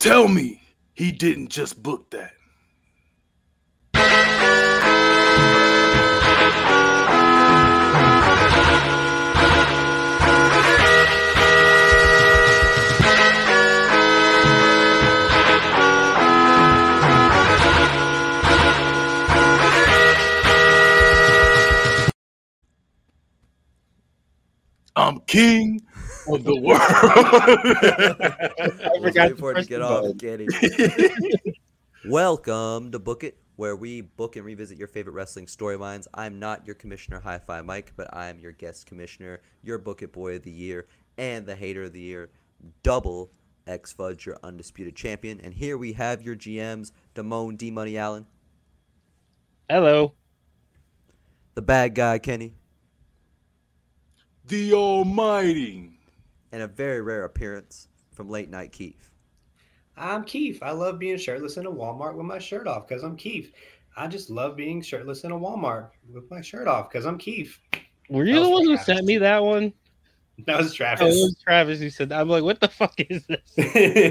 Tell me he didn't just book that. I'm king of the world. I forgot Let's wait the for it to first get one. off. Get it. Welcome to Book It, where we book and revisit your favorite wrestling storylines. I'm not your commissioner, Hi Fi Mike, but I'm your guest commissioner, your Book It Boy of the Year, and the Hater of the Year, double X Fudge, your undisputed champion. And here we have your GMs, Damone D Money Allen, Hello. the bad guy Kenny, the Almighty. and a very rare appearance from Late Night Keith. I'm Keith. I love being shirtless in a Walmart with my shirt off because I'm Keith. I just love being shirtless in a Walmart with my shirt off because I'm Keith. Were you That the was one who Travis. sent me that one? That was Oh, it Travis. was Travis who said that. I'm like, what the fuck is this?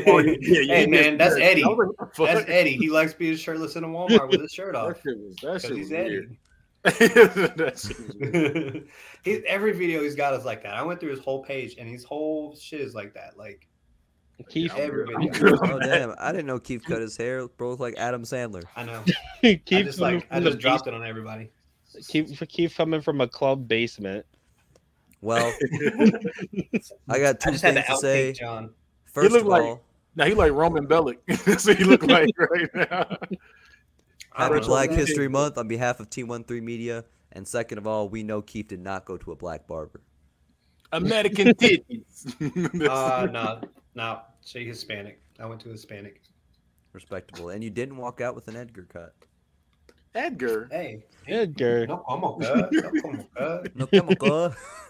Oh, yeah, yeah, you hey missed man, that's that. Eddie. I was like, what the That's fuck? Eddie. He likes being shirtless in a Walmart with his shirt That off shit was that because shit was he's weird. Eddie. that shit was weird. He's every video he's got is like that. I went through his whole page and his whole shit is like that. Like Keith, I'm good. I'm Everybody. good on Oh, that. damn. I didn't know Keith cut his hair, bro, like Adam Sandler. I know. Keith, I just coming like I from the just dropped it on everybody. base- Keith, Keith coming from a club basement. Well, I got I two just had things to to say. outpick John. First looked of like- all, Now he like Roman Bellic. That's what he look like right now. I Happy don't know. Black His- History Month on behalf of T13 Media. And second of all, we know Keith did not go to a black barber. American titties. Uh, no, no. She Hispanic. I went to Hispanic. Respectable. And you didn't walk out with an Edgar cut. Edgar. Hey, Edgar. no como, cuz. No como, cuz. No come on, go.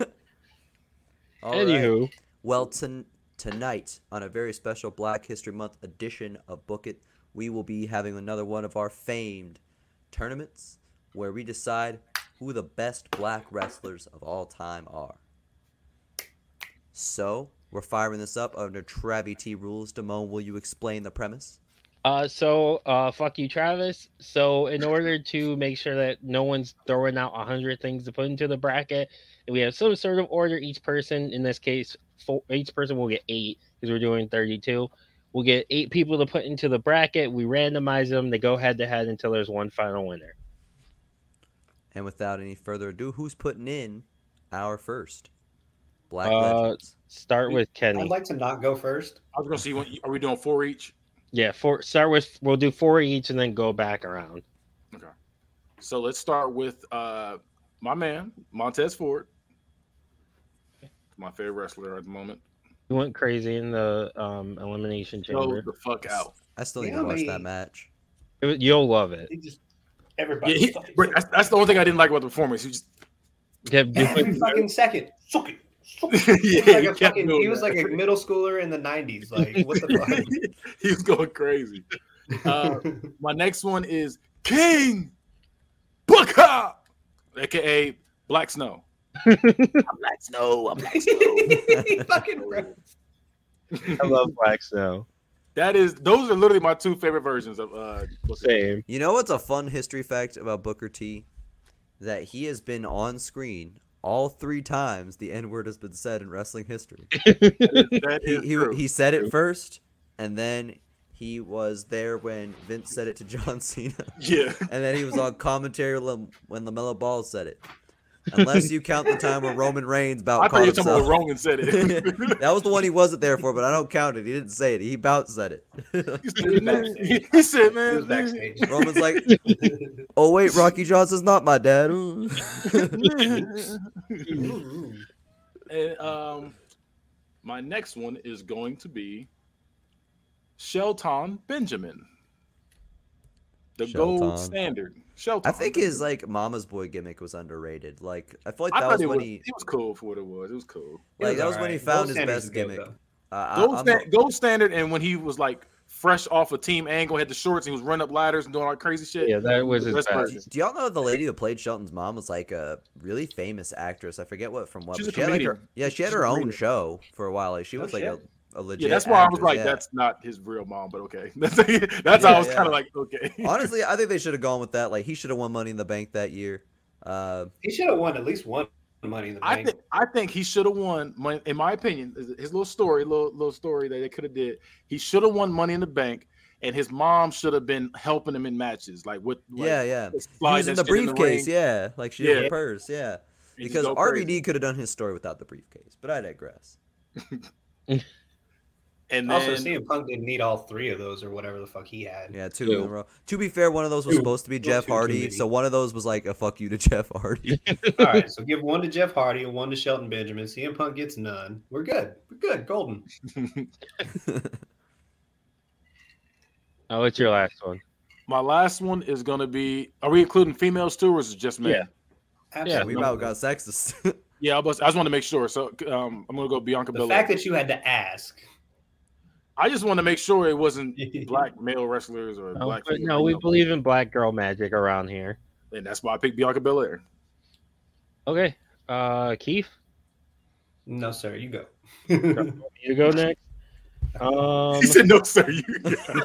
All right. Anywho, Well, ton tonight, on a very special Black History Month edition of Book It, we will be having another one of our famed tournaments where we decide who the best black wrestlers of all time are. So, we're firing this up under Travie T rules. Damone, will you explain the premise? Uh, so uh, fuck you, Travis. So in order to make sure that no one's throwing out a hundred things to put into the bracket, we have some sort of order. Each person, in this case, four, each person will get eight because we're doing thirty-two. We'll get eight people to put into the bracket. We randomize them. They go head to head until there's one final winner. And without any further ado, who's putting in our first? Black Uh, Legends. Start with Kenny. I'd like to not go first. I was gonna see. What, are we doing four each? yeah, four. Start with. We'll do four each and then go back around. So let's start with uh my man Montez Ford, my favorite wrestler at the moment. You went crazy in the um, elimination Go chamber. the fuck out. I still need to watch that Yummy. match. It was- you'll love it. He just Yeah, everybody. he, fucking- but that's, that's the only thing I didn't like about the performance. He just Yeah, you put- every fucking second. Suck it. Suck it. yeah, He was like he a kept fucking- doing he was that. like a middle schooler in the '90s. Like what the he was going crazy. Uh, fuck? my next one is King Booker, aka Black Snow. I'm Black Snow. I'm Black He fucking. I love Black Snow. That is, those are literally my two favorite versions of uh, what's it- Same. You know what's a fun history fact about Booker T? That he has been on screen all three times the N word has been said in wrestling history. that He, is he, true. he said True. it first, and then he was there when Vince said it to John Cena, yeah, and then he was on commentary when when LaMelo Ball said it. Unless you count the time where Roman Reigns I bout thought called you were talking about himself. Roman said it. that was the one he wasn't there for, but I don't count it. He didn't say it. He bout said it. He said, "Man," he said, He was man, man, backstage. Roman's like, oh wait, Rocky Johnson's not my dad. Ooh." Ooh. And, um, my next one is going to be Shelton Benjamin, the gold Shelton. standard. Shelton. I think his like mama's boy gimmick was underrated. Like I feel like I that thought was it when was, he it was cool for what it was. It was cool. like that was alright. when he found Gold his standard's best good, gimmick. though. Uh, I, Gold, I'm sta- not- gold standard, and when he was like fresh off a team angle, had the shorts, and he was running up ladders and doing all that crazy shit. Yeah, that was The his best best. version. do y'all know the lady who played Shelton's mom was like a really famous actress? I forget what from what. She's but a she had, like, her, comedian. yeah, she had She's a her own comedian. show for a while. Like she Oh, was like a, shit. a legit. Yeah, that's why I was actor, like, yeah. that's not his real mom, but okay. That's, that's how I Yeah, was yeah. kind of like, okay. honestly, I think they should have gone with that. Like he should have won Money in the Bank that year. Uh, He should have won at least one money in the I bank. think I think he should have won. Mon- In my opinion, his little story, little little story that they could have did. He should have won Money in the Bank, and his mom should have been helping him in matches, like with like, yeah, yeah. slide Using the that shit in briefcase, ring yeah, like she did Yeah. her purse, yeah. and just Because go RVD crazy. could have done his story without the briefcase, but I digress. and also, then CM Punk didn't need all three of those or whatever the fuck he had. Yeah, two Two. in a row. To be fair, one of those was Two. supposed to be Two, Jeff two, too Hardy, many. so one of those was like a fuck you to Jeff Hardy. All right, so give one to Jeff Hardy and one to Shelton Benjamin. CM Punk gets none. We're good. We're good. Golden. Oh, what's your last one? my last one is gonna be. Are we including females too, or is it just men? Yeah. Yeah, we about got sexist. Yeah, I, was, I just want to make sure. So um, I'm gonna go Bianca the Belair. fact that you had to ask. I just want to make sure it wasn't black male wrestlers or Oh, black. but female no, we wrestlers. believe in black girl magic around here. and that's why I picked Bianca Belair. Okay, uh, Keith, No, sir. You go. you go next. Um, he said, "No, sir, you." he I'm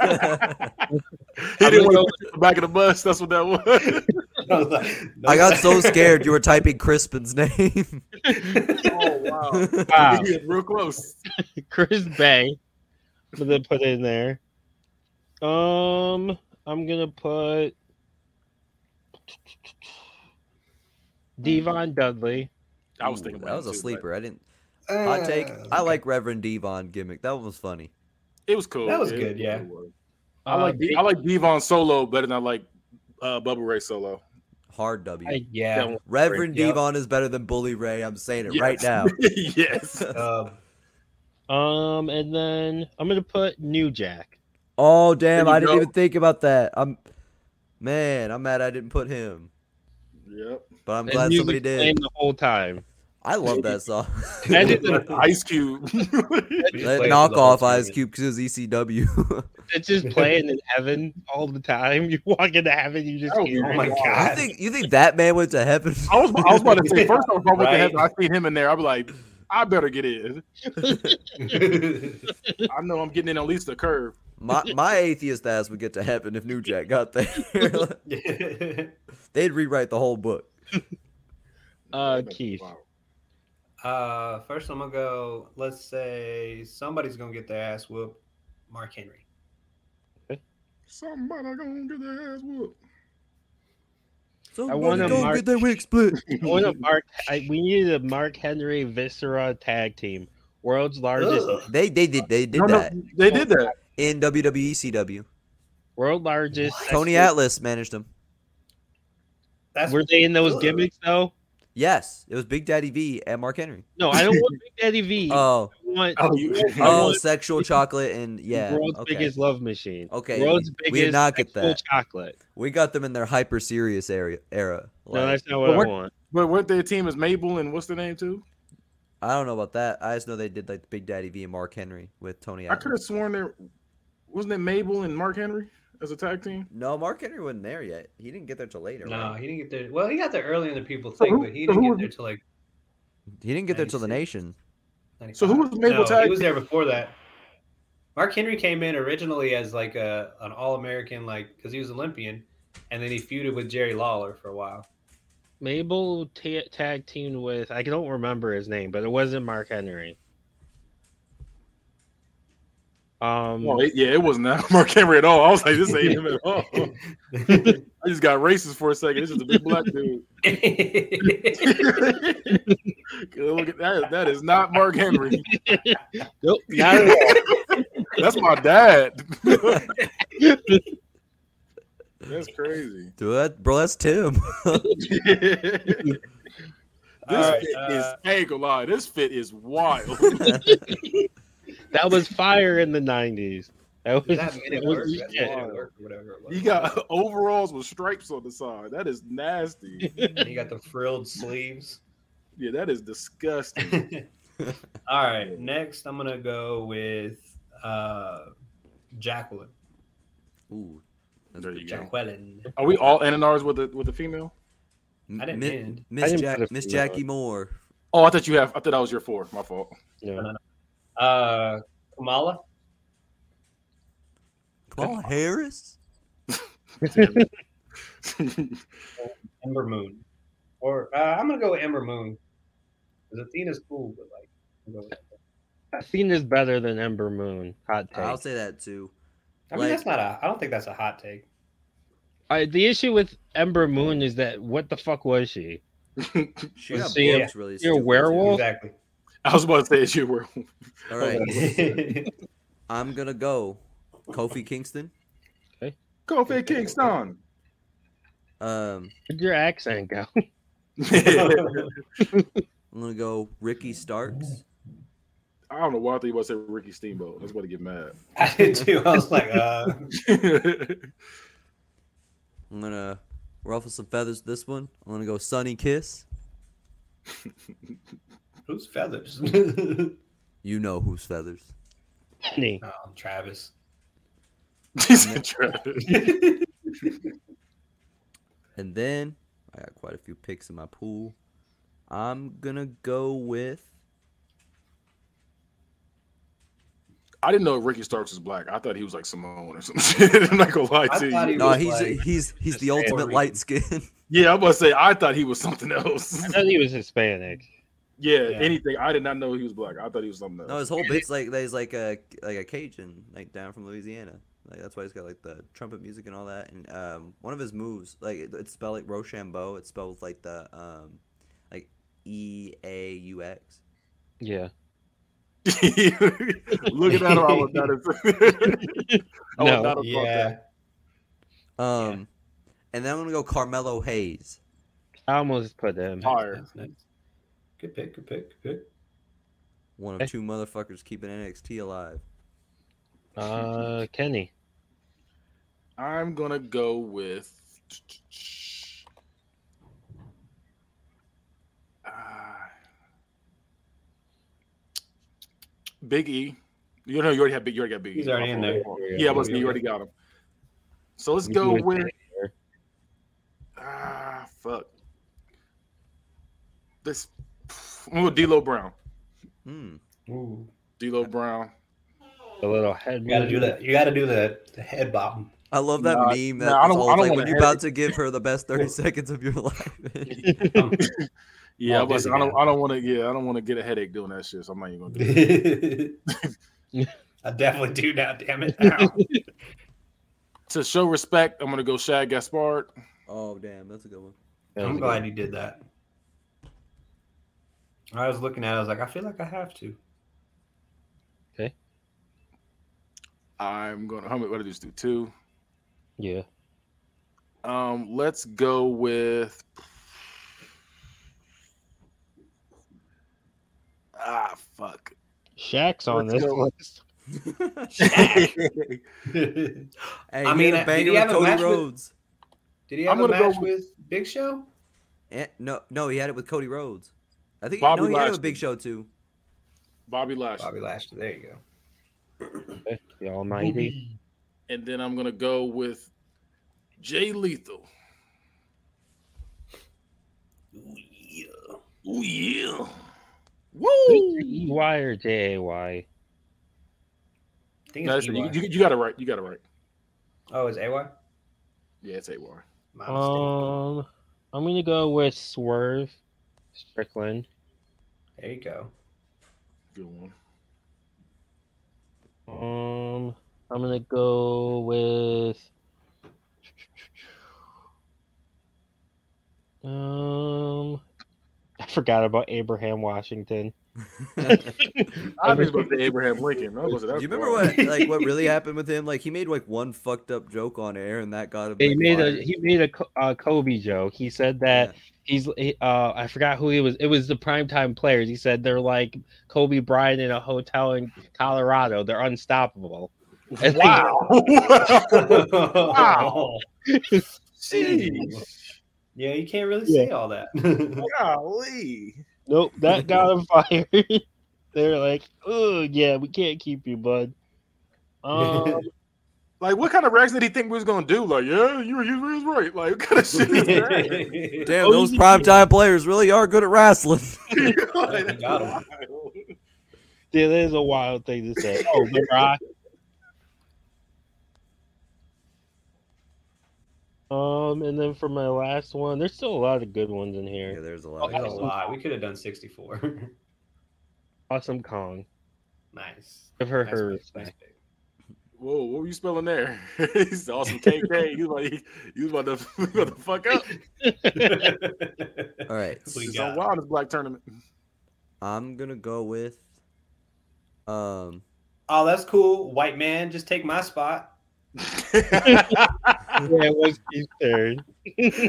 didn't gonna want go to the back of the bus. That's what that was. I was like, no, I got so sir. scared you were typing Crispin's name. Uh, oh wow, Wow. Yeah, real close. Chris Bay. I'm gonna put in there. Um, I'm gonna put Devon Dudley. I was Ooh, thinking that was a too, but sleeper. I didn't Uh, hot take. I like Reverend Devon gimmick. That one was funny. It was cool. That was It- good, yeah. it was. I like Uh, I like Devon solo better than I like uh, Bubba Ray solo. Hard W. I- That Yeah. one- Reverend Yep. Devon is better than Bully Ray. I'm saying it Yes. right now. yes. Uh, um, and then I'm gonna put New Jack. Oh There damn! you I didn't go. even think about that. I'm man. I'm mad I didn't put him, Yep. but I'm That glad music somebody playing did. the whole time. I love that song. That is That Ice Cube. we just that played it for the knockoff whole Ice tournament. Cube because ECW. it's just playing in heaven all the time. You walk into heaven, you just Oh, hear Oh it. my you god. Oh, think you think that man went to heaven? I was I was about to say first I was about to Right. heaven. I seen him in there. I was like, I better get in. I know I'm getting in at least a curve. my my atheist ass would get to heaven if New Jack got there. They'd rewrite the whole book. Uh, Keith. Wow. uh, first, I'm gonna go. Let's say somebody's gonna get their ass whooped. Mark Henry. Somebody gonna get their ass whooped. So I wanna go march- get that wig split. I Oh, want a Mark. I, we needed a Mark Henry Viscera tag team, world's largest, Ugh. They they did they did No, no, that they did that. in E WWE CW. world largest. Tony sexist- Atlas managed them. That's Were they in those Ugh. gimmicks though? Yes, it was Big Daddy V and Mark Henry. No, I don't want Big Daddy V. I Oh, want Oh, you, I oh, want- sexual chocolate and yeah. world's okay. biggest love machine. Okay, world's we biggest did not get sexual that. chocolate. We got them in their hyper serious area era. no, Like, that's not what I But want. but weren't their team is Mabel and what's the name too? I don't know about that. I just know they did like Big Daddy V and Mark Henry with Tony. I Allen. could have sworn there wasn't it Mabel and Mark Henry as a tag team. No, Mark Henry wasn't there yet. He didn't get there till later. No, right? he didn't get there. Well, he got there earlier than people So think, who- but he so didn't who get was- there till like. he didn't get there till the 96. nation. 95. So who was Mabel no, Tag He was there before that. Mark Henry came in originally as like a an All American, like because he was Olympian, and then he feuded with Jerry Lawler for a while. Mabel ta- tag teamed with I don't remember his name, but it wasn't Mark Henry. Um, Well, it- yeah, it wasn't that Mark Henry at all. I was like, this ain't him at all. I just got racist for a second. This is a big black dude. Look at that. That is not Mark Henry. nope, not at all. That's my dad. That's crazy. Dude, that, bro, that's Tim. this All fit right, is uh, I ain't gonna lie. This fit is wild. that was fire in the nineties. That was, that made that it was work. That's yeah. why it worked or whatever. it was. You got overalls with stripes on the side. That is nasty. And you got the frilled sleeves. Yeah, that is disgusting. All right, next I'm gonna go with uh, Jacqueline. Ooh, that's There pretty you go. Jacqueline. Are we all in and R's with the with the female? M- I didn't Mi- end. I Miss didn't uh, Jack, put a Miss female Jackie Moore. Oh, I thought you have. I thought that was your four. My fault. Yeah. Uh, Kamala. Kamala Harris. Ember Moon. Or uh, I'm gonna go with Ember Moon. Because Athena's cool, but like I'm gonna go with Ember. Athena's better than Ember Moon. Hot take. I'll say that too. I mean Like- that's not a I don't think that's a hot take. I- the issue with Ember Moon is that what the fuck was she? She Was got she a- booked really she a stupid, too. werewolf? Exactly. I was about to say it's your were. All right, Wait, I'm gonna go Kofi Kingston. Kofi Kingston. Um, Where'd your accent go? I I'm gonna go Ricky Starks. don't know why I thought you about to say Ricky Steamboat. I was about to get mad. I did too. I was like, uh I'm gonna ruffle some feathers with this one. I'm gonna go Sunny Kiss. whose feathers? oh, You know whose feathers. Me. Travis. He said trash. And then I got quite a few picks in my pool. I'm gonna go with I didn't know Ricky Starks was black. I thought he was like Samoan or some shit. I'm not gonna lie I to thought you. he- no. was He's like- he's he's the Just ultimate Puerto light skin. Yeah, I'm about to say I thought he was something else. I thought he was Hispanic. Yeah, Yeah. anything. I did not know he was black. I thought he was something else. no, his whole bit's like he's like a like a Cajun, like down from Louisiana. Like that's why he's got like the trumpet music and all that. And um, one of his moves, like it- it's spelled like Rochambeau. It's spelled with like the um, like E A U X. Yeah. Look at that! I would not have. I would No. not have thought yeah. that. Um, and then I'm gonna go Carmelo Hayes. I almost put him. Fire. That's nice. Good pick, good pick, good pick. One Okay. of two motherfuckers keeping NXT alive. Uh, Kenny. I'm gonna go with. Ah. Big E. You know you already have Big. You already got Big E. He's already in there. Yeah, I was. You already got him. So let's go You- with. Ah, fuck. This. I'm gonna go D'Lo Brown. Hmm. Ooh. D'Lo Brown. The little head. You gotta do that. You gotta do the, the head bob. I love that Nah, meme. That nah, I it's don't- all I don't like want when a you're about to give her the best thirty seconds of your life. Yeah, I, Walt was, Disney I don't. Man. I don't want to. Yeah, I don't want to get a headache doing that shit. So I'm not even gonna do it. I definitely do now, damn it. Ow. to show respect, I'm gonna go Shad Gaspard. oh damn, that's a good one. I'm glad you did that. I was looking at it, I was like, I feel like I have to. I'm gonna. How many? What did I just do? Two. Yeah. Um, let's go with. Ah, fuck. Shaq's on Let's this go. list. hey, Hey, I I mean, mean, uh, did banger he with have a Cody match with- Rhodes. Did he have I'm a gonna go match with- with Big Show? Eh, no, no, he had it with Cody Rhodes. I think Bobby no, he had it Lashley. with Big Show too. Bobby Lashley, Bobby Lashley. There you go. The Almighty. and then I'm gonna go with Jay Lethal. Ooh, yeah. Oh yeah. E Y or J A Y? I think No, it's that's it. You, EY. you, you got it right. You got it right. oh, is AY? Yeah, it's AWAR. My Uh, mistake. Um, I'm gonna go with Swerve Strickland. There you go. Good one. Um, I'm gonna go with. Um, I forgot about Abraham Washington. you I was about to say Abraham Lincoln. I was about to say, that's remember wild. what like what really happened with him? Like he made like one fucked up joke on air, and that got him. He like, made a fired. he made a Co- uh, Kobe joke. He said that Yeah. he's he- uh I forgot who he was. It was the primetime players. He said they're like Kobe Bryant in a hotel in Colorado. They're unstoppable. And they- Wow. Ah, wow. Jeez. Yeah, you can't really say all that. Golly. Nope, that got him fired. They're like, oh yeah, we can't keep you, bud. Um, Like, what kind of reaction did he think we was gonna do? Like, yeah, you were you was right. Like, what kind of shit is that? Damn, Oh, those he- primetime players really are good at wrestling. Like, He got him. wild. that is a wild thing to say. Oh, The Rock. Um, and then for my last one, there's still a lot of good ones in Yeah, here. there's a Oh, lot. There's of a that's- those. lot. We could have done 64. Awesome Kong. nice. Give her Nice her pick, respect. nice pick. Whoa, what were you spelling there? He's awesome KK. You like you about to, you about to fuck up. All right, We It's got on it. Wild this Black Tournament. I'm gonna go with. Um, oh, that's cool. White man, just take my spot. yeah, it was Keith's turn.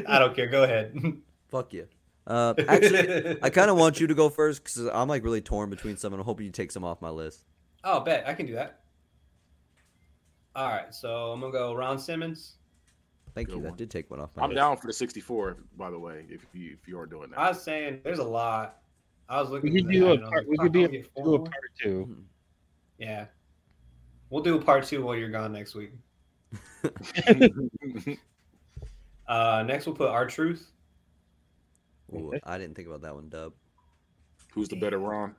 I don't care. Go ahead. fuck you. Uh, actually, I kind of want you to go first because I'm like really torn between some, and I'm hoping you take some off my list. Oh, bet I can do that. All right, so I'm gonna go Ron Simmons. Thank Good you. one. That did take one off my I'm list. down for the 64, by the way, if you if you are doing that. I was saying there's a lot. I was looking. We could through do that a and I was part- like, we "Fuck, could be I'll get four Do a more." part two. Mhm. Yeah, we'll do a part two while you're gone next week. Uh, next we'll put our truth. Ooh, Okay. I didn't think about that one, Dub. Who's the better Ron?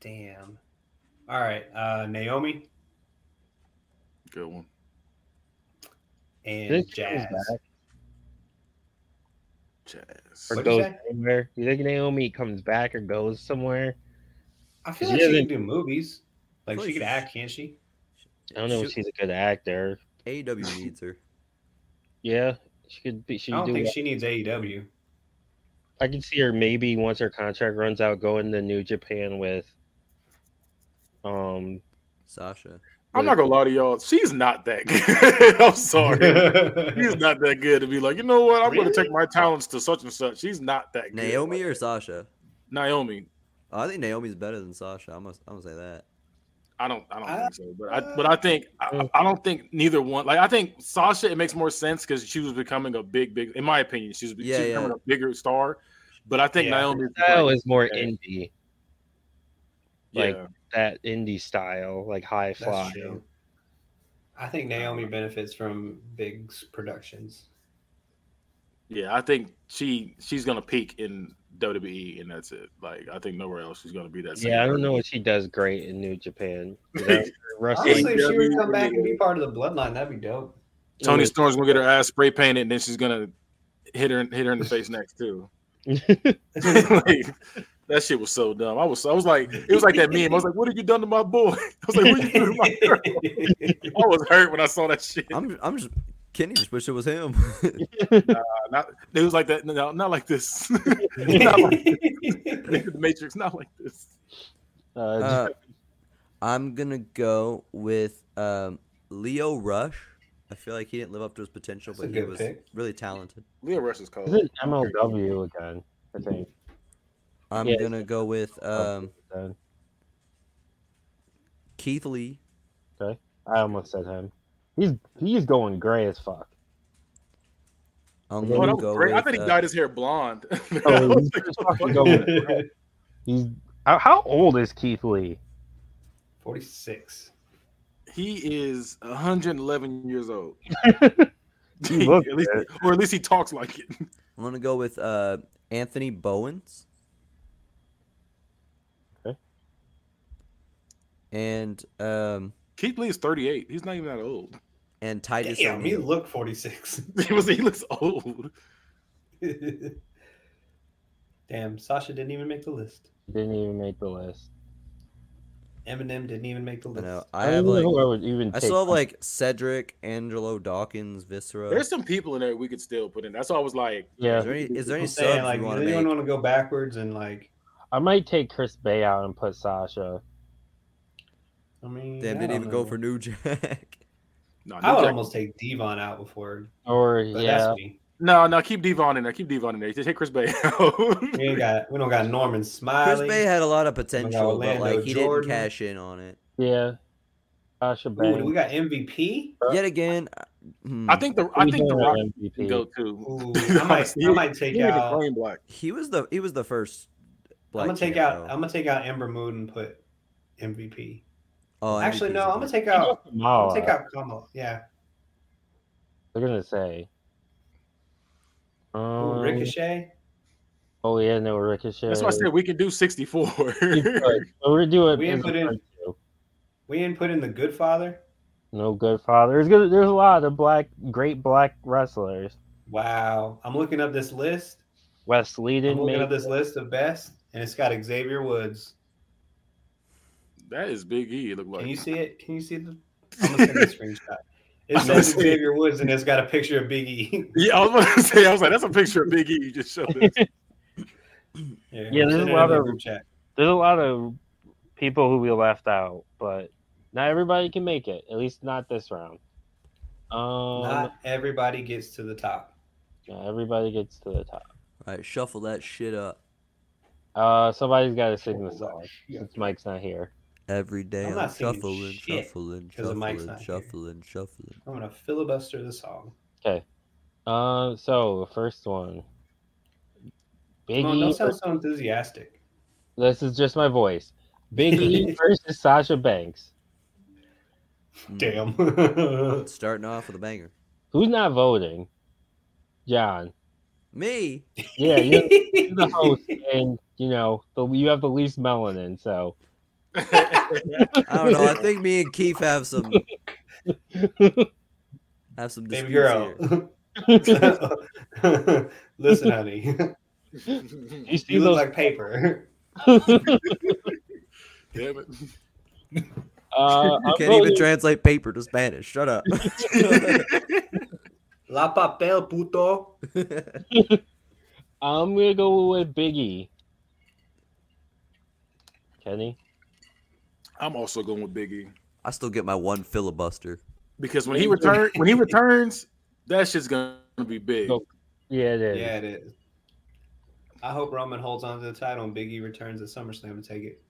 Damn. All right, uh, Naomi Good one. You and think Naomi's Jazz. back Jazz. or What'd you goes say? somewhere? You think Naomi comes back or goes somewhere? I feel She like she hasn't- can do movies. Like Please. she could act, can't she? I don't know if Shoot. she's a good actor. AEW E needs her. Yeah, she could be. She I could don't do. think well. she needs E AEW. I can see her maybe once her contract runs out, going to New Japan with. Um, Sasha. I'm not gonna lie to y'all. She's not that good. I'm sorry. She's Sorry. not that good to be like, you know what? I'm gonna Really? take my talents to such and such. She's not that good. Naomi or Sasha? Naomi. Oh, I think Naomi's better than Sasha. I'm gonna, I'm gonna say that. I don't I don't I- think so. But I but I think Mm. I, I don't think neither one like I think Sasha it makes more sense because she was becoming a big, big in my opinion, she's, she's Yeah, yeah. becoming a bigger star. But I think Yeah. Naomi style like, is more yeah. indie, yeah. that indie style, like high fly. That's true. I think Naomi benefits from big s- productions. Yeah, I think she she's gonna peak in WWE, and that's it. Like, I think nowhere else she's gonna be that. same Yeah, I don't person. know what she does great in New Japan. Like, Wrestling, Honestly, if she were to come back and be part of the bloodline, that'd be dope. Tony Storm's gonna get her ass spray painted, and then she's gonna hit her hit her in the face next too. Like, that shit was so dumb. I was I was like, it was like that meme. I was like, what have you done to my boy? I was like, what you done to my girl? I was hurt when I saw that shit. I'm, I'm just. Kenny just wish it was him. It was like that. No, not like this. not like the Matrix. Not like this. Uh, just- Uh, I'm gonna go with um, Leo Rush. I feel like he didn't live up to his potential, That's a but he good was pick. really talented. Leo Rush is cold. Is it MLW again? I think. I'm Yeah. gonna go with um, Then. Keith Lee. I almost said him. He's he's going gray as fuck. I'm Oh, Oh, gonna that was go great. with. I thought he uh, dyed his hair blonde. I Oh, was he's like, just what the fucking fuck? going gray. He's how, how old is Keith Lee? 46. He is 111 years old. He He- looks at least, it. or at least he talks like it. I'm gonna go with uh, Anthony Bowens. Okay. And um, Keith Lee is 38. He's not even that old. and Titus. Damn, you O'Neil. look 46. He was. He looks old. Damn, Sasha didn't even make the list. Didn't even make the list. Eminem didn't even make the I list. know. I, I don't have know like. who I would even. I take. still have like Cedric, Angelo Dawkins, Viscera. There's some people in there we could still put in. That's why I was like, Is Yeah, there any, is there I'm any subs saying, like, you does want to anyone make? want to go backwards and like? I might take Chris Bay out and put Sasha. I mean, Damn, didn't I don't even go know. for New Jack. no, I would Jack- almost take Devon out before, Or but yeah, that's me. no, no. Keep Devon in there. Keep Devon in there. Just take Chris Bay. out. We ain't got we don't got Norman Chris Smiley. Bay had a lot of potential, but Orlando like he Jordan. didn't cash in on it. yeah. Sasha Ooh, do we Banks. got MVP. Yet again, I- hmm, I think the I think the Who's Rock our can MVP. go too. Ooh, I might I might take He ain't even out. playing black. he was the he was the first. I'm Black gonna take champ, out. though. I'm gonna take out Ember Moon and put MVP. oh, Actually, MVP's no. a I'm gonna good- take out. I'm Kamala, gonna take out Kamala. Yeah. They're gonna say. Ooh, Um, Ricochet. Oh yeah, no ricochet. That's why I said we can do 64. we're doing. We didn't put in- We didn't put in the Good Father. No good father. There's good, there's a lot of black great black wrestlers. Wow, I'm looking up this list. Wesley I'm didn't looking make up this list of best, and it's got Xavier Woods. that is Big E. It look like Can you see it? Can you see the? I'm gonna send you a screenshot. It I'm gonna says see it. Xavier Woods, and it's got a picture of Big E. Yeah, I was about to say. I was like, that's a picture of Big E. You just showed us. Yeah, Yeah, there's a send it lot in the of- group chat. there's a lot of people who we left out, but not everybody can make it. At least not this round. Um, Not everybody gets to the top. not everybody gets to the top. All right, shuffle that shit up Uh, somebody's Oh, got to sing the Shuffle that song shit. since Mike's not here. every day. I'm I'm, not singing shuffling, shit shuffling, 'cause the mic's shuffling, not here. shuffling, shuffling. I'm gonna filibuster the song. Uh, so the first one, Big Come on, E. don't sound so enthusiastic. This is just my voice. Big E versus Sasha Banks. Mm. Damn. Starting off with a banger. Who's not voting? John. Me. Yeah, you the host, and you know the you have the least melanin, so I don't know. I think me and Keith have some have some disputes Baby girl. here. Listen, honey. Damn you see You look those. like paper. it. uh, You I'm can't even voting- translate paper to Spanish. Shut up. La papel puto. I'm gonna go with Biggie. Kenny, I'm also going with Big E I still get my one filibuster. because when he E. return when he returns, that shit's gonna be big. Go. yeah, it is. Yeah, it is. I hope Roman holds on to the title and Biggie returns at SummerSlam to take it.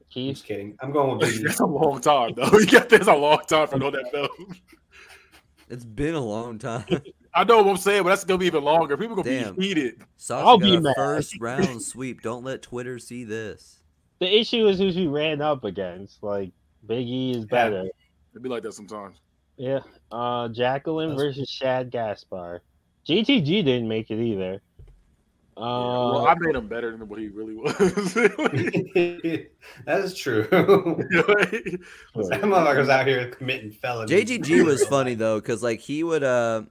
I'm Keith, just kidding. I'm going with That's Biggie. a long time though. You got that's a long time for no that belt. It's been a long time. I know what I'm saying, but that's gonna be even longer. People gonna Damn. be heated. Sasha I'll got be a mad. first round sweep. Don't let Twitter see this. the issue is who she ran up against. Like Biggie is better. It'd be like that sometimes. Yeah. Uh, Jacqueline That's- versus Shad Gaspar. GTG didn't make it either. Uh, Yeah, well, I made him better than what he really was. that is true. that motherfucker's out here committing felonies. JGG was funny though, because like he would, uh,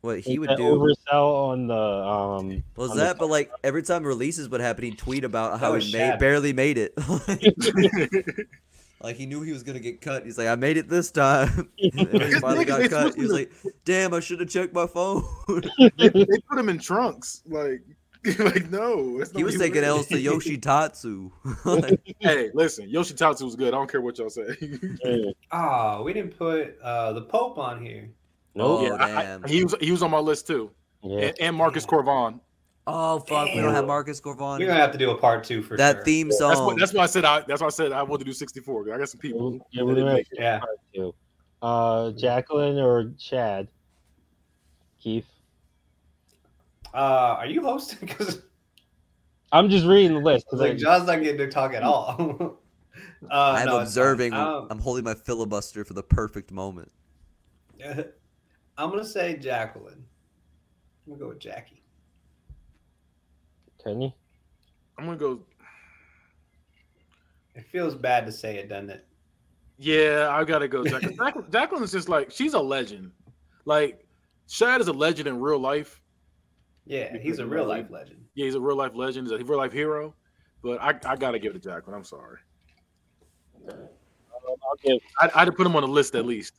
what he with would that do oversell on the um. was on the- that, but like every time releases would happen, he'd tweet about how was he made, Shad. barely made it. like, he knew he was gonna get cut. He's like, I made it this time. and when he This finally nigga's got been cut. He was like, twisted. Damn, I should have checked my phone. they, they put him in trunks. Like, like no. that's he not was what taking L's to Yoshitatsu. Like, Hey, listen, Yoshitatsu was good. I don't care what y'all say. Hey, Oh, we didn't put uh, the Pope on here. oh Yeah, I- I- damn. he was he was on my list too, yeah. and, and Marcus Corvon. oh fuck, we don't have Ew. Marcus We're Corvon. gonna have to do a part two for that sure. theme That's song. what, that's why I said I. That's why I said I wanted to do sixty four. I got some people. Yeah, we're gonna- Yeah, you. Uh, Jacqueline or Chad? Keith? uh, are you hosting? Because I'm just reading the list. 'cause I- like John's not getting to talk at all. uh, I'm no, it's fine. observing. Um, I'm holding my filibuster for the perfect moment. I'm gonna say Jacqueline. I'm gonna go with Jackie. Kenny? I'm gonna go. It feels bad to say it, doesn't it? Yeah, I gotta go. Jacqueline. Jacqueline- Jacqueline is just like she's a legend. Like Shad is a legend in real life. Yeah, You he's a couldn't real really- life legend. Yeah, he's a real life legend. He's a real life hero. But I, I gotta give it to Jacqueline. I'm sorry. Um, I'll give I, I'd put him on the list at least.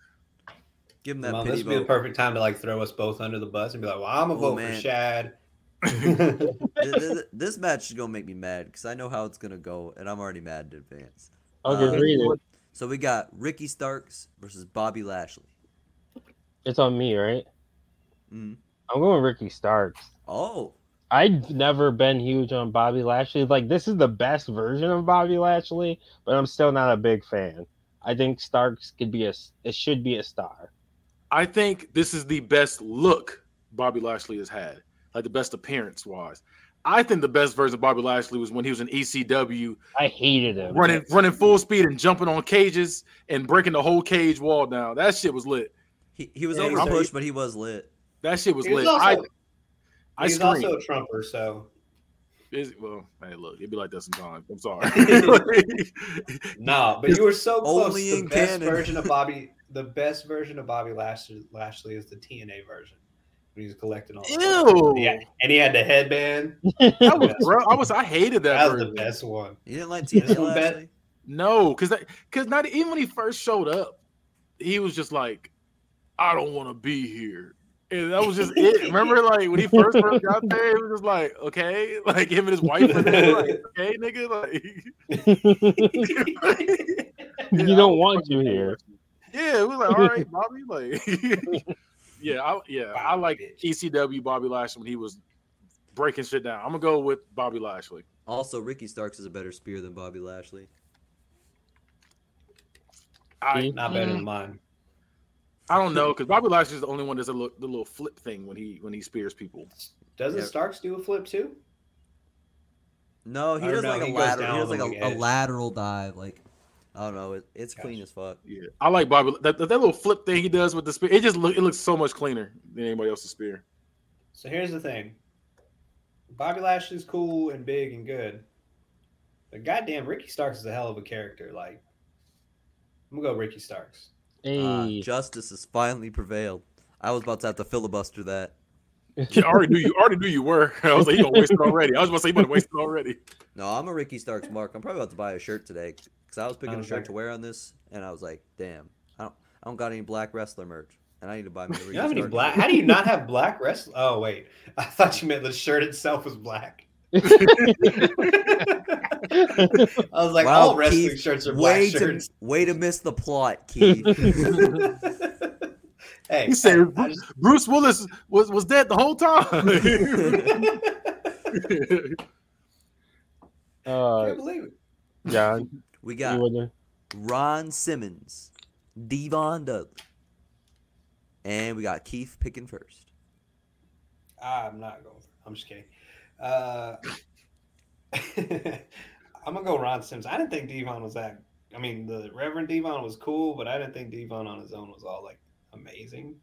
Give him that Mom, this pity would be the vote. perfect time to like throw us both under the bus and be like, "Well, I'm gonna Oh, vote for man. Shad." Th- th- th- this match is gonna make me mad because I know how it's gonna go, and I'm already mad in advance. I'll give Uh, read it. So we got Ricky Starks versus Bobby Lashley. It's on me, right? Mm. I'm going Ricky Starks. Oh, I've never been huge on Bobby Lashley. Like this is the best version of Bobby Lashley, but I'm still not a big fan. I think Starks could be a s- it should be a star. I think this is the best look Bobby Lashley has had, like the best appearance wise. I think the best version of Bobby Lashley was when he was in ECW, I hated him. running running full speed and jumping on cages and breaking the whole cage wall down. That shit was lit. he, he was Yeah, over he's overpushed, already- but he was lit. That shit was He was lit. also- I I He's scream. also a Trumper, so Is- well, hey, look, it'd be like that sometimes. I'm sorry. no. But you were so close. Only the in best canon. version of Bobby, the best version of Bobby Lashley, Lashley is the TNA version when he was collecting all. the- Ew. Yeah, and he had the headband. That was, bro, I was, I hated that. That was the version. best one. You didn't like TNA Yes, I'm bad. Lashley? No, because because not even when he first showed up, he was just like, "I don't want to be here," and that was just it. Remember, like when he first first got there, he was just like, "Okay," like him and his wife, and they were like, "Okay, nigga," like You Yeah, I don't was want fucking you here. yeah, it was like, "All right, Bobby," like yeah, I, yeah, I like ECW Bobby Lashley when he was breaking shit down. I'm gonna go with Bobby Lashley. Also, Ricky Starks is a better spear than Bobby Lashley. I Not Mm. better than mine. I don't know because Bobby Lashley's the only one that's a little, the little flip thing when he when he spears people. Doesn't Yeah. Starks do a flip too? No, he Or does no, like a he goes lateral. He down does like on the a, a edge. lateral dive. Like I don't know. It, it's clean Gotcha. as fuck. Yeah, I like Bobby. That, that, that little flip thing he does with the spear, it just look, it looks so much cleaner than anybody else's spear. So here's the thing. Bobby Lashley's cool and big and good. But goddamn, Ricky Starks is a hell of a character. Like, I'm gonna go Ricky Starks. Uh, Hey. justice has finally prevailed. I was about to have to filibuster that. You already knew you already knew you were. I was like, you gonna waste it already. I was about to say you about to waste it already. No, I'm a Ricky Starks mark. I'm probably about to buy a shirt today because I was picking a Oh, Okay. shirt to wear on this, and I was like, damn, I don't, I don't got any black wrestler merch, and I need to buy me a Ricky You don't have any Starks black? shirt. How do you not have black wrestling? Oh wait, I thought you meant the shirt itself was black. I was like, Wow, all wrestling Keith, shirts are black Way to, shirts. way to miss the plot, Keith. hey, He said I just- Bruce Willis was was dead the whole time. Uh, can't believe it. John, we you got wanna- Ron Simmons, Devon Dudley, and we got Keith picking first. I'm not going. I'm just kidding. Uh, I'm gonna go Ron Sims. I didn't think Devon was that. I mean, the Reverend Devon was cool, but I didn't think Devon on his own was all like amazing.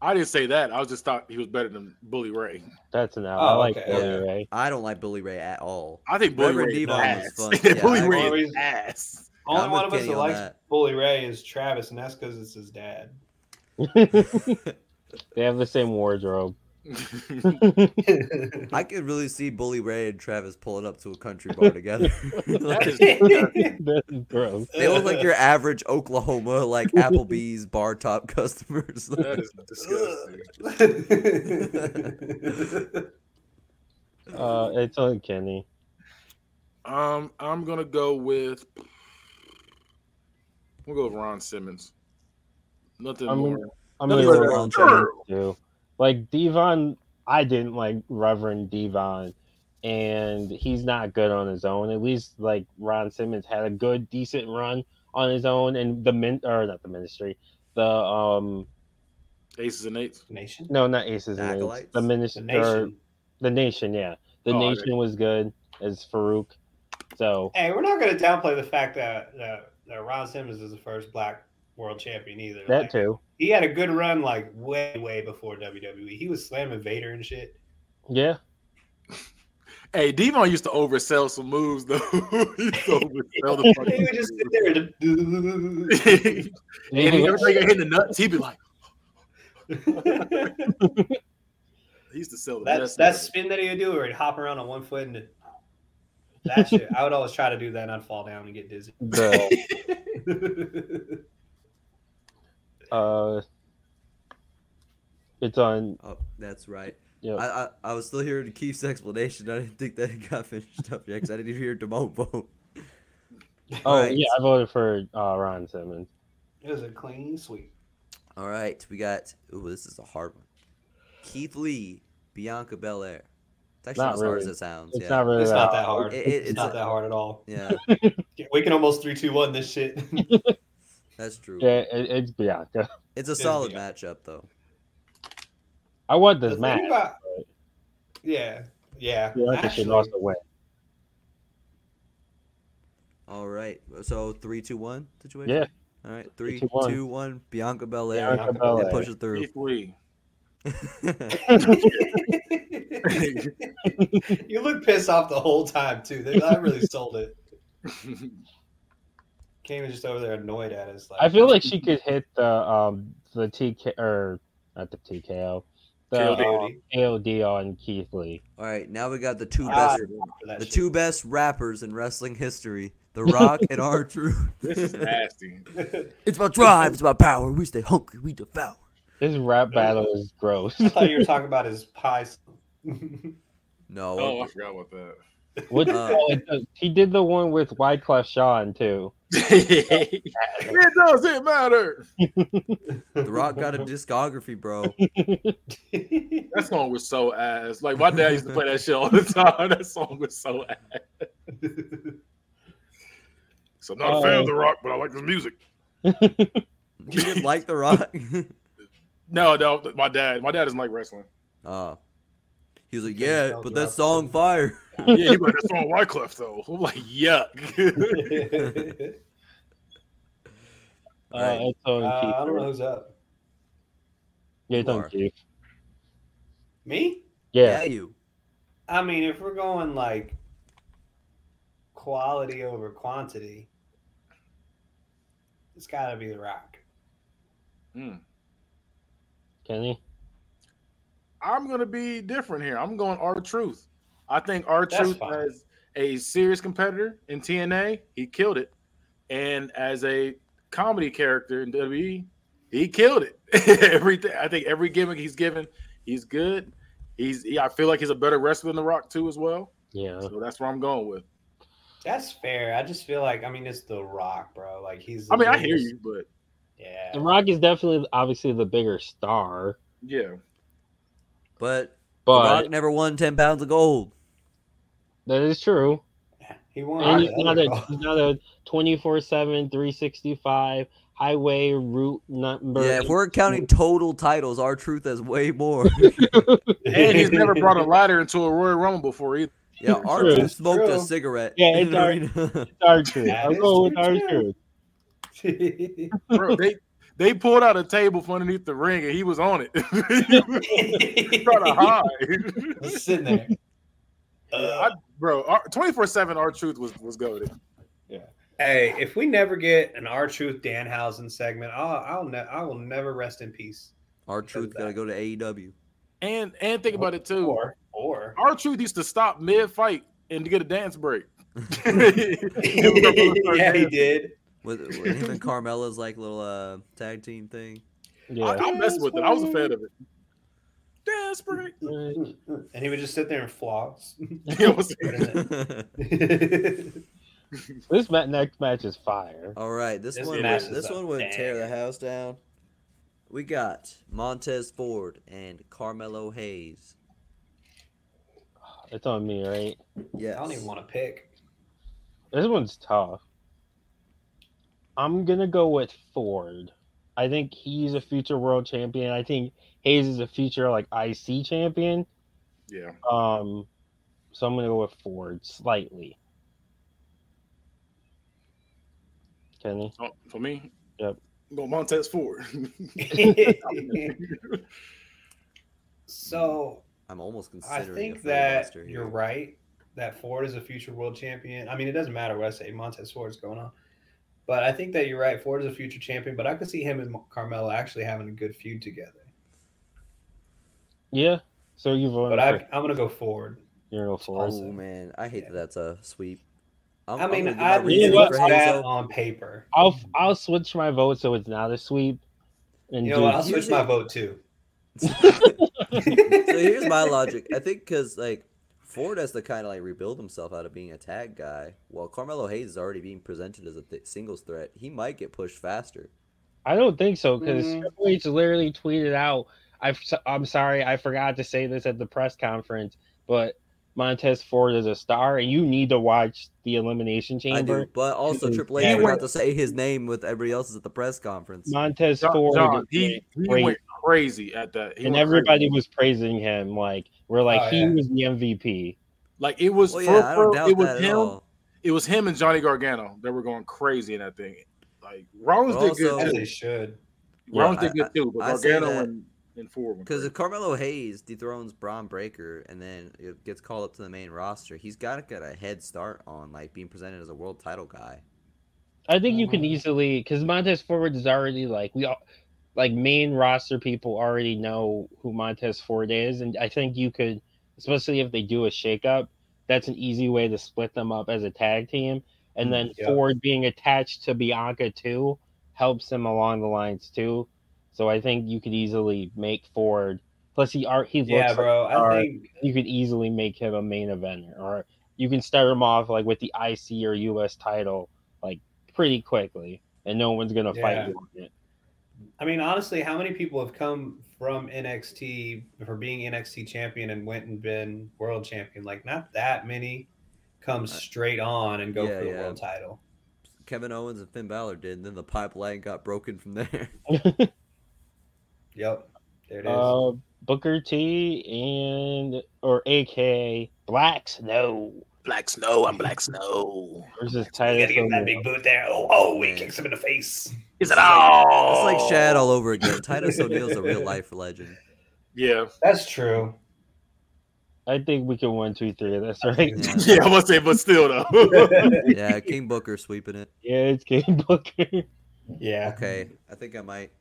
I didn't say that. I was just thought he was better than Bully Ray. that's an out. Oh, I like okay, Bully okay. Ray. I don't like Billy Ray at all. I think Bully Reverend Ray is Devon was ass. fun. Yeah, Bully I- Ray is Always- ass. Only I'm with one of us Kenny that on likes that. Bully Ray is Travis, and that's because it's his dad. They have the same wardrobe. that I could really see Bully Ray and Travis pulling up to a country bar together. Like, is- That's gross. they look like your average Oklahoma, like Applebee's bar top customers. that is disgusting. Uh, it's on Kenny. Um, I'm gonna go with. We'll go with Ron Simmons. Nothing I'm more. I'm Nothing gonna go but a with wrong Kenny too. Like Devon, I didn't like Reverend Devon, and he's not good on his own. At least like Ron Simmons had a good, decent run on his own, and the min or not the ministry, the um Aces and eights. nation. no, not aces and Eights, Acolytes? the The ministry, or nation. the nation, yeah, the Oh, I nation was good as Farouk. So Hey, we're not going to downplay the fact that, that that Ron Simmons is the first black world champion either. that Like, too, he had a good run like way way before WWE. He was slamming Vader and shit. yeah. Hey, Devon used to oversell some moves though. he used to oversell the He fucking would just sit there and do- moves. and he every time he got hit in the nuts, he'd be like, he used to sell the that best that moves. spin that he would do, where he'd hop around on one foot and that shit. I would always try to do that, and I'd fall down and get dizzy. the uh, it's on. oh, that's right. Yeah. I, I I was still hearing Keith's explanation. I didn't think that it got finished up yet because I didn't even hear Demone vote. Oh Right. yeah, I voted for uh, Ron Simmons. It was a clean sweep. All right, we got. Ooh, this is a hard one. Keith Lee, Bianca Belair. It's actually Not not as hard as really. it sounds. It's yeah. not really It's that. not that hard. It- it- it's, it's not a- that hard at all. Yeah, We can almost three, two, one this shit. that's true. Yeah, it, it's Bianca. It's a It's solid Bianca. matchup though. I want The this thing match. about- yeah, yeah. Bianca should Actually, also win. All right, so three, two, one situation. Yeah. All right, Three, two, three, one. two, one. Bianca Belair Bianca Bianca Belair. and push it through. Keith Lee. you look pissed off the whole time too. They, I really sold it. Came just over there annoyed at us. I feel like she could hit the um the TK or not the TKO, the KOD. um, AOD on Keith Lee. All right, now we got the two Ah, best for that the shit. two best rappers in wrestling history, The Rock and R Truth. This is nasty. It's about drive, it's about power. We stay hungry, we devour. This rap battle is gross. I thought you were talking about his pie. No, Oh, I forgot about that. What Uh. oh, it does- he did the one with Wyclef Sean too. it doesn't matter. The Rock got a discography, bro. That song was so ass. Like my dad used to play that shit all the time. That song was so ass. So I'm not a fan of the rock, but I like his music. You didn't like The Rock? No, no, my dad. My dad doesn't like wrestling. oh. He was like, You couldn't yeah, spell but The that Rock. song fire. Yeah, he like that song Wyclef though. I'm like, yuck. Uh, Right. it's on Uh, I Keith. don't know who's up. Yeah, it's on Mark. Keith. Me? Yeah. you. I mean, if we're going like quality over quantity, it's got to be The Rock. Hmm. Kenny. I'm gonna be different here. I'm going R Truth. I think R That's Truth fine. as a serious competitor in TNA, he killed it. And as a comedy character in WWE, he killed it. Everything I think every gimmick he's given, he's good. He's he, I feel like he's a better wrestler than The Rock too as well. Yeah. Uh-huh. So that's where I'm going with. That's fair. I just feel like I mean, it's The Rock, bro. Like he's. I mean, I hear biggest- you, but Yeah. The Rock is definitely obviously the bigger star, yeah, But The but Rock never won 10 pounds of gold. that is true. He won. And all he's the not other a calls. he's not a 24/7 365 highway route number. Yeah, if we're counting total titles, our truth has way more. and he's never brought a ladder into a Royal Rumble before either. yeah, our True. truth smoked a True. cigarette. Yeah, in it's the our- arena. It's our truth. That I'll is go with true, our too. truth. Bro, they they pulled out a table from underneath the ring, and he was on it. he tried to hide. He's sitting there. I, bro, twenty four seven, our truth was was goaded. Hey, if we never get an R Truth Danhausen segment, I'll I'll ne- I will never rest in peace. Our truth got to go to E AEW. And and think about it too. Or or Our truth used to stop mid fight and to get a dance break. yeah, yeah, he did. With, with him and Carmella's like little uh, tag team thing. Yeah. I, I messed with it. I was a fan of it. Dance break. Uh, And he would just sit there and floss. You know what I'm saying? All This ma- next match is fire. Oh. right, this, This one match would, is this a one would tear the banger. house down. We got Montez Ford and Carmelo Hayes. It's on me, right? Yes. I don't even want to pick. This one's tough. I'm gonna go with Ford. I think he's a future world champion. I think Hayes is a future like IC champion. Yeah. Um, so I'm gonna go with Ford slightly. Kenny, Oh, for me. Yep. Go Montez Ford. so I'm almost I considering. a think that filibuster here. you're right. That Ford is a future world champion. I mean, it doesn't matter what I say. Montez Ford's going on, but I think that you're right. Ford is a future champion, but I could see him and Carmelo actually having a good feud together. yeah. So you voted But for I, I'm gonna go Ford. you're gonna go Ford. Oh man, I hate Yeah. that that's a sweep. I'm, I mean, I'm gonna I give my reason really You know what? looked for bad Hazel. on paper. I'll I'll switch my vote so it's not a sweep. And You do- know what? I'll Usually- switch my vote too. So here's my logic. I think because like Ford has to kind of like rebuild himself out of being a tag guy, while Carmelo Hayes is already being presented as a th- singles threat. He might get pushed faster. I don't think so because Mm. Triple H literally tweeted out, I, am sorry, I forgot to say this at the press conference, but Montez Ford is a star, and you need to watch the Elimination I Chamber." do, but also Mhm. Triple He H forgot went- to say his name with everybody else's at the press conference. Montez John, Ford, John, is he, he great, went crazy at that. He went and crazy. everybody was praising him. Like we're like Oh, he yeah. was the MVP. like it was Well, for- yeah, I for- don't doubt it was that at him. all. It was him and Johnny Gargano that were going crazy in that thing. Like Rollins But did good also- As too. they should. Rollins Yeah, did good too, but I- I say Gargano that- and and forward. with Because Brady. if Carmelo Hayes dethrones Braun Breaker and then it gets called up to the main roster, he's got to get a head start on like being presented as a world title guy. I think you can Mhm. easily because Montez Ford is already like we all like main roster people already know who Montez Ford is, and I think you could, especially if they do a shakeup, that's an easy way to split them up as a tag team, and then Mm, Yeah. Ford being attached to Bianca too helps him along the lines too. So I think you could easily make Ford. Plus, he art he looks Yeah, like bro. all I right. think you could easily make him a main eventer, or you can start him off like with the IC or US title, like pretty quickly, and no one's gonna Yeah. fight you on it. I mean, honestly, how many people have come from NXT for being NXT champion and went and been world champion? Like, not that many come straight on and go Yeah, for the yeah. world title. Kevin Owens and Finn Balor did, and then the pipeline got broken from there. Yep, there it is. Uh, Booker T and or AK Black Snow Black Snow, I'm Black Snow. versus you Titus. gotta give him that O'Neil. big boot there. Oh, oh, he Man. kicks him in the face. Is it It's like- all? It's like Shad all over again. Titus O'Neil's a real life legend. Yeah, That's true. I think we can one, two, three. That's right. Yeah. yeah. I must say, but still though. Uh, Yeah, King Booker sweeping it. Yeah, it's Game Booker. yeah. Okay, I think I might.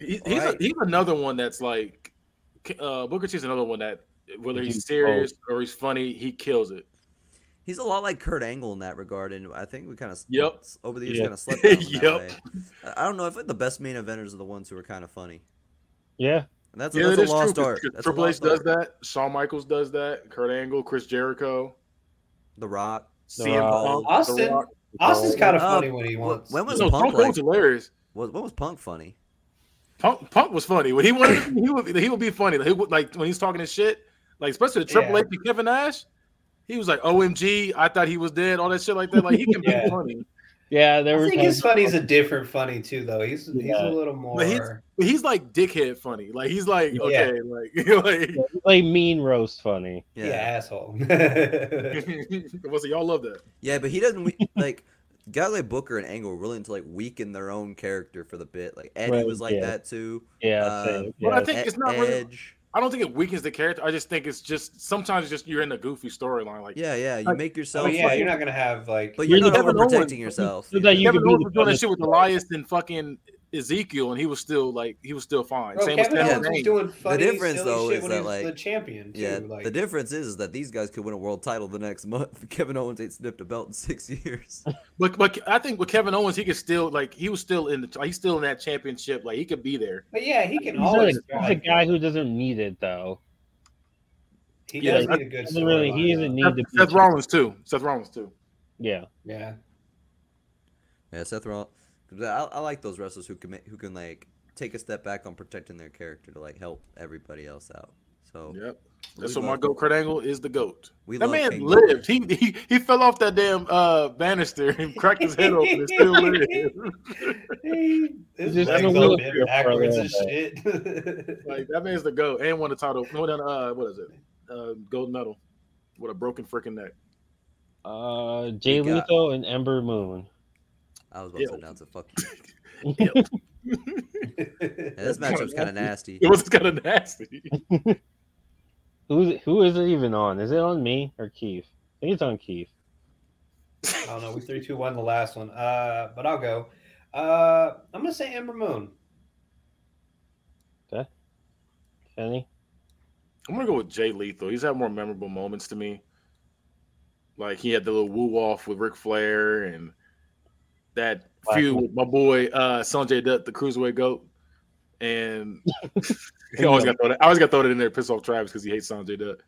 He- All he's, a, right. he's another one that's like uh, Booker T's another one that whether He's he's serious or he's funny, he kills it. He's a lot like Kurt Angle in that regard, and I think we kind of Yep. over the years Yeah. kind of slept on him that Yep. way. I- I don't know. I think the best main eventers are the ones who are kind of funny. Yeah, And that's, yeah, that's that a is true. lost 'cause- art. 'cause That's a Triple H lost does art. that. Shawn Michaels does that. Kurt Angle, Chris Jericho, The Rock. CM Rock. Punk, The Austin. Rock. Austin's kind Uh, of funny when he wants. when was No, Punk Punk like? was hilarious. What, what was Punk funny? Punk, Punk was funny when he wanted. to be- he would. He would be funny. Like, he would, like when he's talking his shit. Like especially the Triple Yeah. H and Kevin Nash. He was like, "OMG, I thought he was dead." All that shit like that. Like he can Yeah. be funny. yeah. There I was think his funny is a different funny too, though. He's he's Yeah. a little more. But he's- But he's like dickhead funny. Like he's like Yeah. okay, like like like mean roast funny. yeah, asshole. What's it? Y'all love that. Yeah, but he doesn't we- like guys like Booker and Angle were willing to like weaken their own character for the bit. Like Eddie Right, was like yeah. that too. Yeah, Uh, same. but I yeah. think E- it's not really- Edge. I don't think it weakens the character. I just think it's just sometimes it's just you're in a goofy storyline. Like Yeah, yeah. You Like- make yourself. oh yeah, like- you're not gonna have like. but you're You're not Kevin overprotecting Owens. yourself. So that either. you Kevin can be Owens the was doing that funniest shit with guy. Elias and fucking Ezekiel, and he was still like he was still fine. Bro, Same Kevin as Stan Owens was Kane. doing funny, difference, silly though, shit is when that, he was like- the champion too. yeah, like, the difference is, is that these guys could win a world title the next month. Kevin Owens ain't sniffed a belt in six years. But but I think with Kevin Owens, he could still like he was still in the he's still in that championship. Like he could be there. but yeah, he He's can not a- always. he's a guy who doesn't need it though. he yeah, does that- need a good Doesn't really. He storyline, doesn't though. need Seth, to be. Seth Rollins too. Seth Rollins too. Yeah. Yeah, Yeah, Seth Rollins. 'cause I, I like those wrestlers who commit, who can like take a step back on protecting their character to like help everybody else out. So Yep. Oh, we That's what my love- goat Kurt Angle is the goat. We That love man King Booker. lived. He, he he fell off that damn uh banister and cracked his head open and still lived. He- his just legs in a all wheelchair bent for a backwards and little shit. Like that man's the goat and won the title. Won the, uh, what is it? Uh, gold medal with a broken freaking neck. Uh, Jay We got- Lethal and Ember Moon. I was about Yeah. to announce it. Fuck you. Yeah, That's this That's matchup's kind of nasty. It was kind of nasty. Who's who is it even on? Is it on me or Keith? I think it's on Keith. I don't know. We three, two, one. The last one. Uh, but I'll go. Uh, I'm gonna say Ember Moon. Kenny. I'm gonna go with Jay Lethal. He's had more memorable moments to me. Like he had the little woo off with Ric Flair and that Black feud man. with my boy uh, Sanjay Dutt, the cruiserweight goat. And I always got throw that. I always got throw it in there, to piss off Travis because he hates Sanjay Dutt.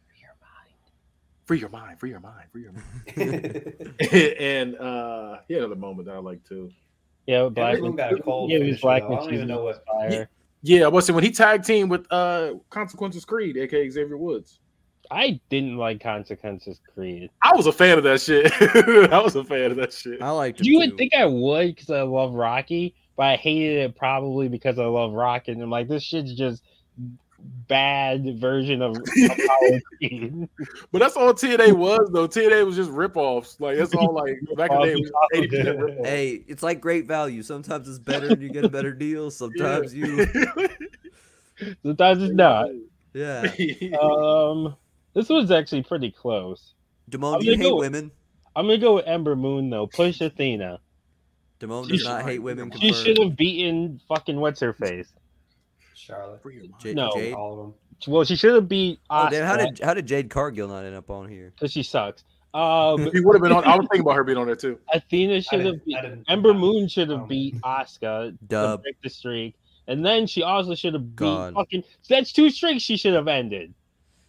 Free your mind, free your mind, free your mind, free your mind. and uh, he had another moment that I like too. Yeah, with Ember Black. Moon got a cold. Yeah, he was finisher, Black. though. I don't even know what. Fire. Yeah, I was saying when he tag team with uh, Consequences Creed, aka Xavier Woods. I didn't like Consequences Creed. I was a fan of that shit. I was a fan of that shit. I liked him You too. would think I would because I love Rocky, but I hated it probably because I love Rocky. And I'm like, this shit's just bad version of Apollo Creed. But that's all TNA was though. TNA was just rip-offs. Like that's all like back in the day it was eighty percent rip-offs. Hey, it's like great value. Sometimes it's better and you get a better deal. Sometimes you. Sometimes it's not. Yeah. Um, this one's actually pretty close. Damone, I'm do you gonna hate go- women? I'm gonna go with Ember Moon though. Push Athena. Damone She does should- not hate women. She Confirmed. should have beaten fucking what's her face. Charlotte. Jade, No. Jade? All of them. Well, she should have beat. Oh, Asuka damn, how did how did Jade Cargill not end up on here? because she sucks. Um, He would have been on. I was thinking about her being on there too. Athena I should have didn't, beat. I didn't, Oh, Ember Moon should have Um, beat Asuka to Dub. break the streak, and then she also should have beat God. fucking. So that's two streaks she should have ended.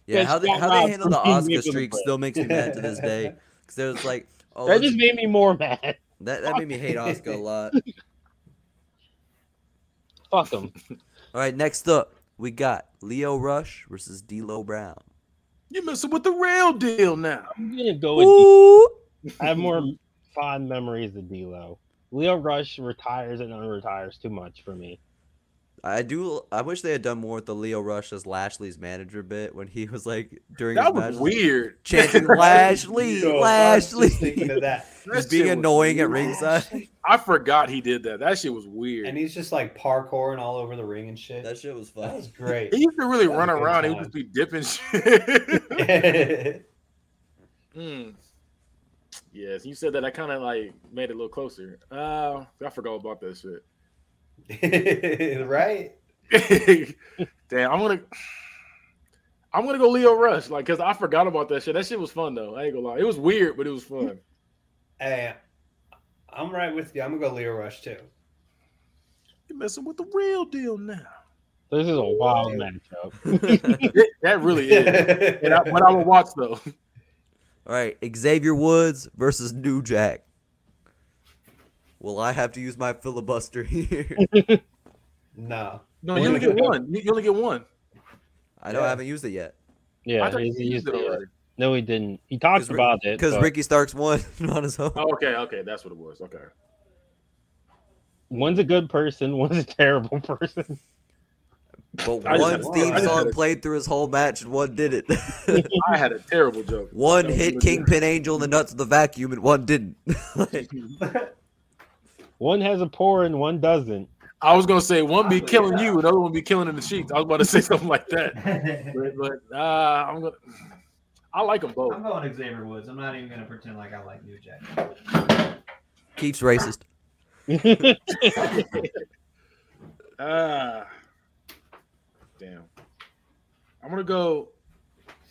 Yeah, Yes, how they, Scott how they Robb handle the from Team Raven Oscar streak Blitz. still makes me mad to this day. Because there's like, oh, that let's- just made me more mad. that, that made me hate Oscar a lot. Fuck them. All right, next up, we got Leo Rush versus D'Lo Brown. You messing with the real deal now. I'm gonna go with. D- Ooh. I have more fond memories of D'Lo. Leo Rush retires and unretires too much for me. I do. I wish they had done more with the Leo Rush as Lashley's manager bit when he was like during his That was matches, weird. chanting Lashley, Yo, I was just Lashley. thinking of that. That He's shit being was annoying at weird. ringside. I forgot he did that. That shit was weird. And he's just like parkouring all over the ring and shit. That shit was that fun. was great. He used to really That was run a good around. He would time. just be dipping shit. yeah, Hmm. Yes, you said that. I kind of like made it a little closer. Uh, I forgot about that right? shit. Damn, I'm gonna, I'm gonna go Leo Rush, like, cause I forgot about that shit. That shit was fun though. I ain't gonna lie, it was weird, but it was fun. Hey, I'm right with you. I'm gonna go Leo Rush too. You messing with the real deal now. This is a wild matchup. It- that really is. And I, but I would watch though. All right, Xavier Woods versus New Jack. Will I have to use my filibuster here? no, No, you only get one. You, you only get one. I know I Yeah. haven't used it yet I Yeah, thought he's- you he's- used it already. no, he didn't. He talked 'Cause Rick- about it uh, because but Ricky Starks won on his own. Oh, okay, okay, that's what it was. Okay. One's a good person, one's a terrible person. But I just one had to- theme I just had song to- played through his whole match, and one didn't. I had a terrible joke. one That was hit really Kingpin Angel in the nuts of the vacuum, and one didn't. Like, One has a pour and one doesn't. I was gonna say one be killing you, another one be killing in the cheeks. I was about to say something like that. But, but uh, I'm gonna. I like them both. I'm going Xavier Woods. I'm not even going to pretend like I like New Jack. Keeps racist. Ah, damn. I'm gonna go.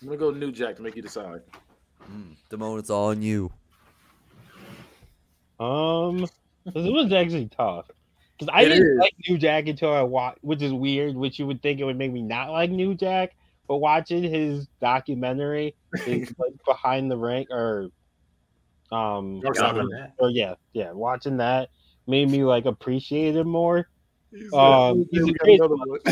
I'm gonna go New Jack to make you decide. Mm, Damone, it's all on you. Um, this one's actually tough because I It didn't is. like New Jack until I watched, which is weird. Which you would think it would make me not like New Jack, but watching his documentary, his like behind the rank or um, Dark side of Oh, it. or yeah, yeah, watching that made me like appreciate him more. He's Um, like, he's we a got great- another one.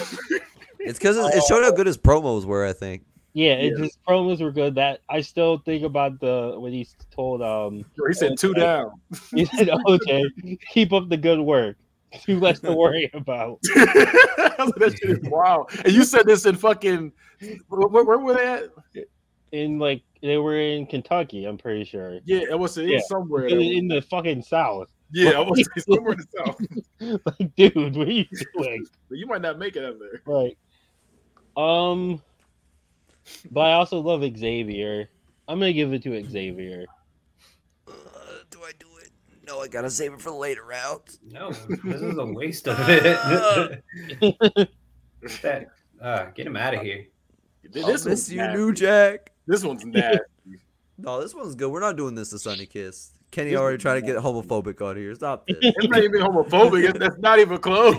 It's because it showed how good his promos were. I think. Yeah, it, Yeah. his promos were good. That I still think about the when he told um He said two down. he said OJ keep up the good work, too less to worry about. I was like, that shit is wild. And you said this in fucking. Where, where- where were they at? in like they were in Kentucky, I'm pretty sure. Yeah, it was, it was Yeah. somewhere. In, in the fucking South. yeah, I was somewhere in the south. Like, dude, what are you doing? But you might not make it out of there. Right. Um but I also love Xavier. I'm gonna give it to Xavier. Uh, do I do it? No, I gotta save it for the later rounds. no, this is a waste of it. that, uh, get him out of here. I'll This miss one's you, nasty. New Jack. This one's nasty. No, this one's good. We're not doing this to Sunny Kiss. Kenny This already is trying to get homophobic on here. Stop this. It's not even homophobic. It's, that's not even close.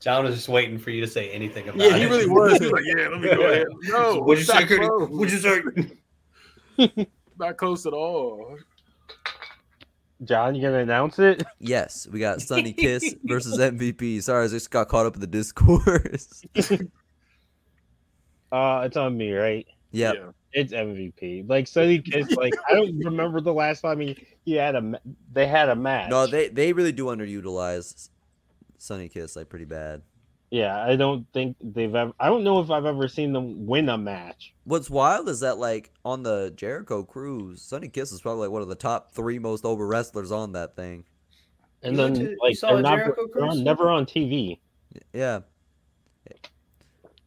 John was just waiting for you to say anything about Yeah, he it. really was. He was like, yeah, let me go ahead. No, What'd it's you not say, Curtis? close. What'd you say? Not close at all. John, you gonna announce it? yes, we got Sunny Kiss versus MVP. Sorry, I just got caught up in the discourse. Uh it's on me, right? yep. Yeah. It's MVP. Like Sonny Kiss, like I don't remember the last time he, he had a ma- they had a match. No, they they really do underutilize Sunny Kiss like pretty bad. yeah, I don't think they've ever I don't know if I've ever seen them win a match. What's wild is that like on the Jericho cruise, Sunny Kiss is probably like one of the top three most over wrestlers on that thing. And You then went to- you like saw they're a not Jericho they're on- cruise? never on TV. Yeah.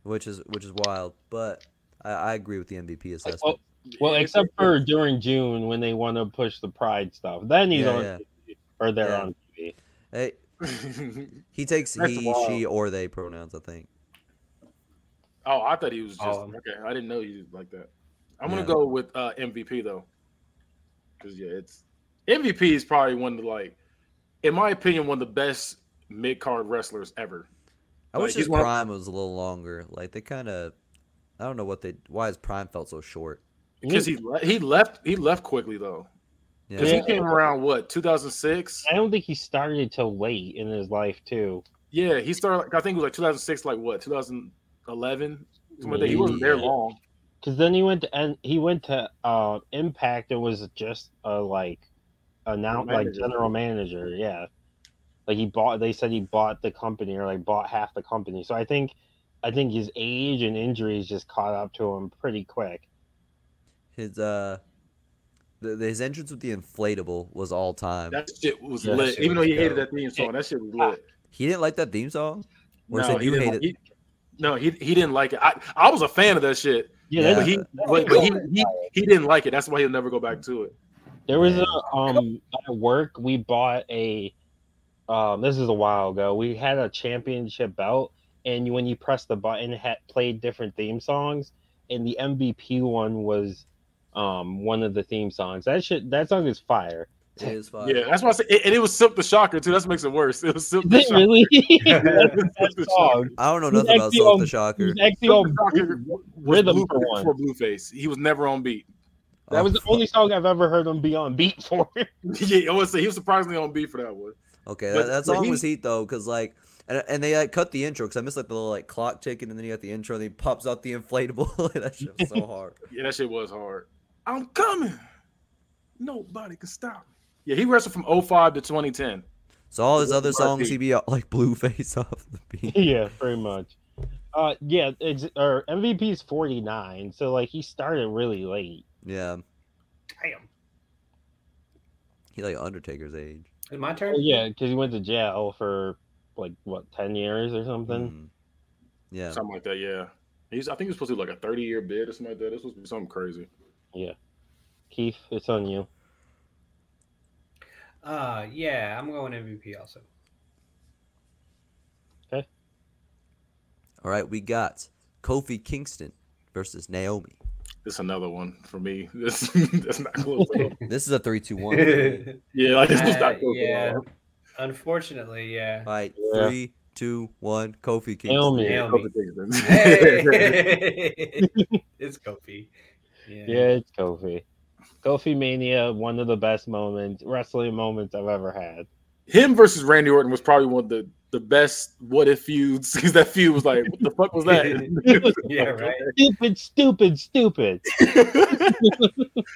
Which is which is wild, but I, I agree with the MVP assessment. well, Well, except for during June when they want to push the Pride stuff. Then he's Yeah, on yeah. TV, or they're Yeah. on TV. Hey, he takes That's he, wild. she, or they pronouns. I think. oh, I thought he was just Um, okay. I didn't know you did like that. I'm gonna Yeah. go with uh, MVP though, because yeah, it's MVP is probably one of the like, in my opinion, one of the best mid card wrestlers ever. I Like, wish he's his one of- prime was a little longer. Like they kind of, I don't know what they why his prime felt so short. Because he le- he left he left quickly though. Yeah, Because he came around what 2006. I don't think he started till late in his life too. Yeah, he started. Like, I think it was like 2006. Like what 2011. He wasn't there Yeah. long. Because then he went to and he went to uh, Impact and was just a like announce like Manager. general manager. Yeah, like he bought. They said he bought the company or like bought half the company. So I think, I think his age and injuries just caught up to him pretty quick. his uh, the, the- his entrance with the inflatable was all time. That shit was Yeah, that lit. shit Even though was he hated dope. that theme song, that shit was lit. He didn't like that theme song. Or he said he you didn't hate like- it. he- no, he he didn't like it. I, I was a fan of that shit. Yeah, Yeah. that's- But he but, but he, he he didn't like it. That's why he'll never go back to it. There was a um at work we bought a um this is a while ago. We had a championship belt and when you press the button it had played different theme songs and the MVP one was um one of the theme songs. That shit that song is fire. It is fine. Yeah, that's why I said it, and it was Silk the Shocker too. That's what makes it worse. It was Silk Is the it Shocker. really That's Silk the song? I don't know He's nothing about actually Salt um, on- the Shocker. He's actually Silk the on Shocker was rhythm blue, for one. for Blueface. He was never on beat. Oh, That was the fuck. only song I've ever heard him be on beat for. yeah, I would say he was surprisingly on beat for that one. Okay, But- that, that but song he- was heat though, because like, and, and they like cut the intro because I missed like the little like clock ticking, and then you got the intro, and he pops out the inflatable. Like, that shit was so hard. Yeah, that shit was hard. I'm coming. Nobody can stop. me. Yeah, he wrestled from 05 to 2010. So all his What other was songs, he? he'd be uh, like blue face off the beat. yeah, pretty much. Uh yeah, ex- or MVP is 49, so like he started really late. Yeah, Damn. he like Undertaker's age. Is it my turn? Oh, yeah, because he went to jail for like what ten years or something. Mm. Yeah, Something like that, yeah. He's, I think he was supposed to do like a 30 year bid or something like that. This was something crazy. Keith, it's on you. Uh, yeah, I'm going MVP also. All right, we got Kofi Kingston versus Naomi. This another one for me. This, that's not close at all. This is a three-two-one. Yeah, like, this is Uh, not close yeah. at all. Unfortunately, yeah. All right, Yeah. three, two, one. Kofi Kingston. Naomi. Naomi. Couple things, man. Hey! it's Kofi. Yeah. Yeah, it's Kofi. Kofi Mania, one of the best moments, wrestling moments I've ever had. Him versus Randy Orton was probably one of the, the best what if feuds because that feud was like, what the fuck was that? Yeah, right. Stupid, stupid, stupid. I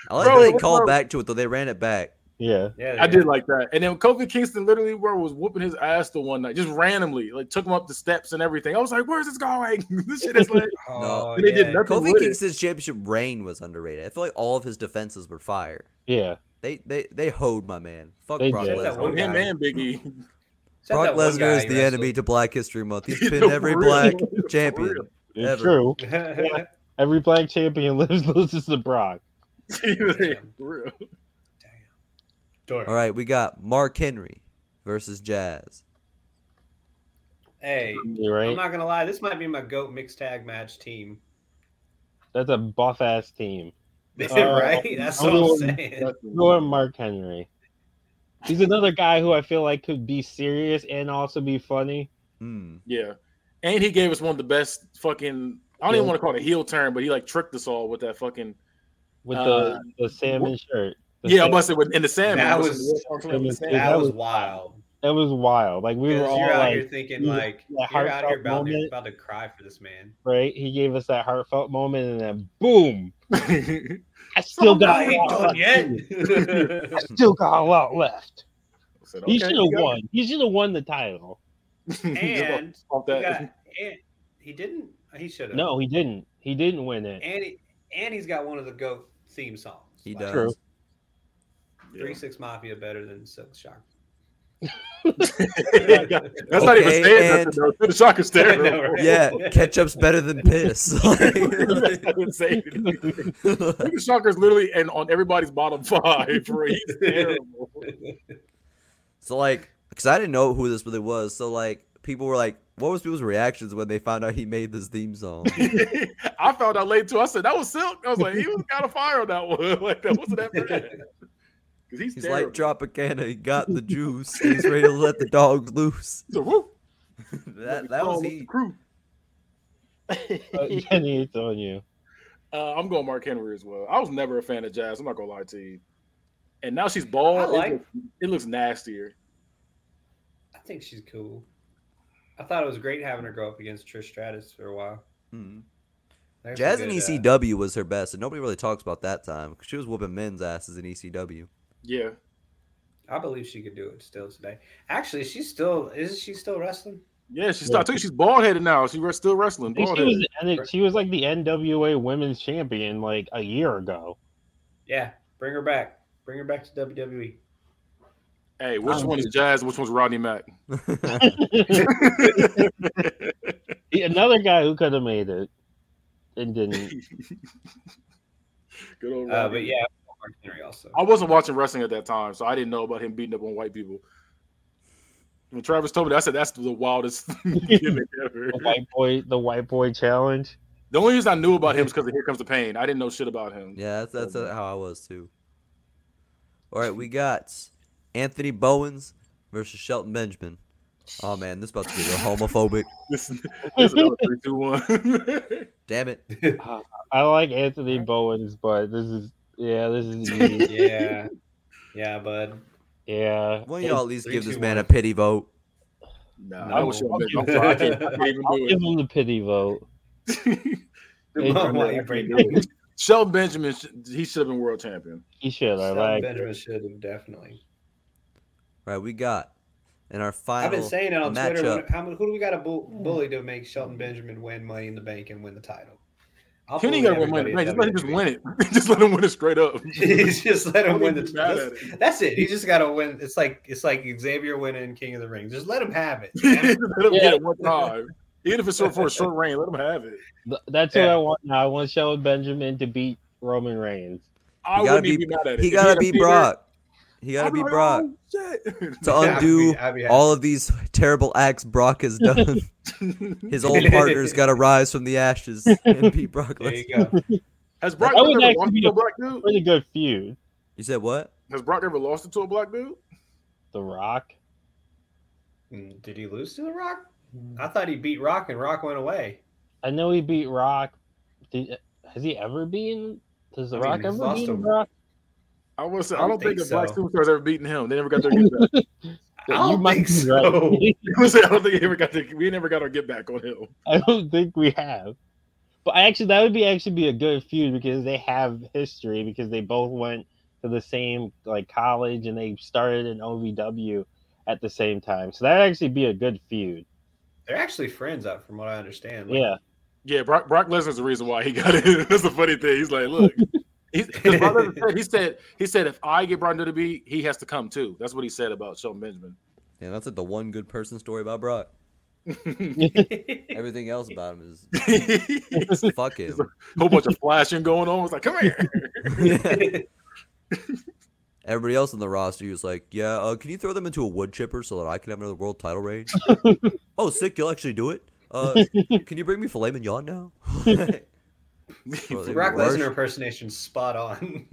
like how Bro, they what called about- back to it though. They ran it back. Yeah, Yeah, I did like that. And then Kofi Kingston literally bro, was whooping his ass the one night, just randomly, like took him up the steps and everything. I was like, where's this going? this shit is like, Oh, They did yeah. nothing. Kofi with it. Kingston's championship reign was underrated. I feel like all of his defenses were fire. yeah. They they they hoed my man. Fuck They Brock did. That Lesnar. one him guy. and Biggie. Except Brock that one guy Lesnar is he the wrestled. enemy to Black History Month. He's pinned every black champion. It's Ever. true. Every black champion lives loses to Brock. Damn. real. Damn. Dork. All right, we got Mark Henry versus Jazz. Hey, You right? I'm not gonna lie. This might be my goat mixed tag match team. That's a buff ass team. right? That's what I'm I'm saying. Go on, Mark Henry. He's another guy who I feel like could be serious and also be funny. Hmm. Yeah. And he gave us one of the best fucking I don't even Yeah. want to call it a heel turn, but he like tricked us all with that fucking with Uh, the, the salmon shirt. The yeah. I salmon- must say with in the salmon. That I must was- say, we were talking about the salmon. Yeah, That that was was- wild. that was wild. Like we were 'Cause all you're out like, here thinking you- like that you're out heartfelt here about, moment. about to cry for this man. right? He gave us that heartfelt moment, and then boom! I Oh, still no, got he a ain't lot done left. in me. I still got a lot left. I said, he okay, should you have got won. He should have won the title. it. Just and off he, that. got, and he didn't. He should have. No, he didn't. He didn't win it. And he, and he's got one of the goat theme songs. He Like, does. True. Yeah. Three Six Mafia better than Silk Shock. That's not even Okay, saying and- nothing, though. The shocker I stare. know, right? Yeah, ketchup's better than piss. Like- That's not even saying anything. Nigga Shocker's literally and on everybody's bottom five, bro. He's terrible. so like, because I didn't know who this really was. So like, people were like, what was people's reactions when they found out he made this theme song? I found out late too. I said that was Silk. I was like, he was got a fire on that one. Like that wasn't that bad. Because he's, He's terrible. like Tropicana. He got the juice. He's ready to let the dog loose. He's a whoop. That that Oh, was with he. the crew. Kenny, it's on you. Uh, I'm going Mark Henry as well. I was never a fan of Jazz. I'm not gonna lie to you. And now she's I bald. like- it, looks, it looks nastier. I think she's cool. I thought it was great having her go up against Trish Stratus for a while. Mhm. There's some Jazz in good, uh, ECW was her best, and nobody really talks about that time. 'cause She was whooping men's asses in E ECW. Yeah. I believe she could do it still today. Actually, she's still isn't she still wrestling? Yeah, she's I think she's bald headed now. She's re- still wrestling. I think Bald she was, headed. the N- she was like the NWA Women's Champion like a year ago. Yeah, bring her back. Bring her back to E. WWE. Hey, which one is Jazz? Which one's Rodney Mack? Another guy who could have made it and didn't. Good old Uh, Rodney. but yeah, Mark Henry also. I wasn't watching wrestling at that time, so I didn't know about him beating up on white people. When Travis told me that, I said that's the wildest gimmick ever. The white boy, the white boy challenge. The only reason I knew about him is because of Here Comes the Pain. I didn't know shit about him. Yeah, that's, that's uh, how I was too. All right, we got Anthony Bowens versus Shelton Benjamin. Oh man, this is about to be real homophobic. This, this is another three, two, one. Damn it. I like Anthony Bowens, but this is yeah, this is easy. yeah, yeah, bud. yeah. One of y'all at least three, give this two, man a one. pity vote. nah, No. I wish I'm, I'm sorry. I can't, I can't even I'll give do him the pity vote. it. Hey, Mom, why you I can't bring do up- it. Shelton Benjamin, sh- he should have been world champion. He should. I Shelton like. Benjamin should have definitely. All right, we got in our final. I've been saying it on Twitter. matchup. when- How, many- who do we got to bull, Hmm. bully to make Shelton Benjamin win Money in the Bank and win the title? I'll Kenny bully got to win money. everybody Man, at just let him just WWE. win it. just let him win it straight up. just let I him win wouldn't the be mad title. at it. That's it. He just got to win. It's like it's like Xavier winning King of the Ring. Just let him have it. let him Yeah. get it one time. Even if it's short for a short reign, let him have it. Th- That's Yeah. what I want now. I want Shelton Benjamin to beat Roman Reigns. I He gotta wouldn't even be- be mad at it. He If gotta had beat been there, Brock. He gotta I'd beat like, Brock "Oh, shit." to Yeah, I'd be- undo I'd be happy. all of these terrible acts Brock has done. His old partner's gotta rise from the ashes and beat Brock There Lesnar. you go. Has Brock That would ever actually lost be to a the- black dude? Pretty good feud. You said what? Has Brock ever lost it to a black dude? The Rock. Mm, Did he lose to the Rock? I thought he beat Rock and Rock went away. I know he beat Rock. Did, has he ever been? Does the I mean, Rock he's ever lost beat to- Rock? I want to say I don't think, the think black so. superstars ever beaten him. They never got their get back. I don't You might think be right. so. I was saying, I don't think they ever got their, we never got our get back on him. I don't think we have. But I actually, that would be actually be a good feud because they have history because they both went to the same like college and they started in OVW at the same time. So that'd actually be a good feud. They're actually friends up, from what I understand. Like, Yeah. Yeah, Brock, Brock Lesnar's the reason why he got it. That's the funny thing. He's like, look, he's, 'cause Brock Lesnar said, he said, he said, if I get Brock to beat, he has to come too. That's what he said about Shelton Benjamin. Yeah, that's like the one good person story about Brock. yeah. Everything else about him is There's a fuck him. whole bunch of flashing going on. It's like, come here. Everybody else on the roster was like, "Yeah, uh, can you throw them into a wood chipper so that I can have another world title reign?" oh, sick! You'll actually do it. Uh, can you bring me filet mignon now? The Brock Rush. Lesnar impersonation spot on.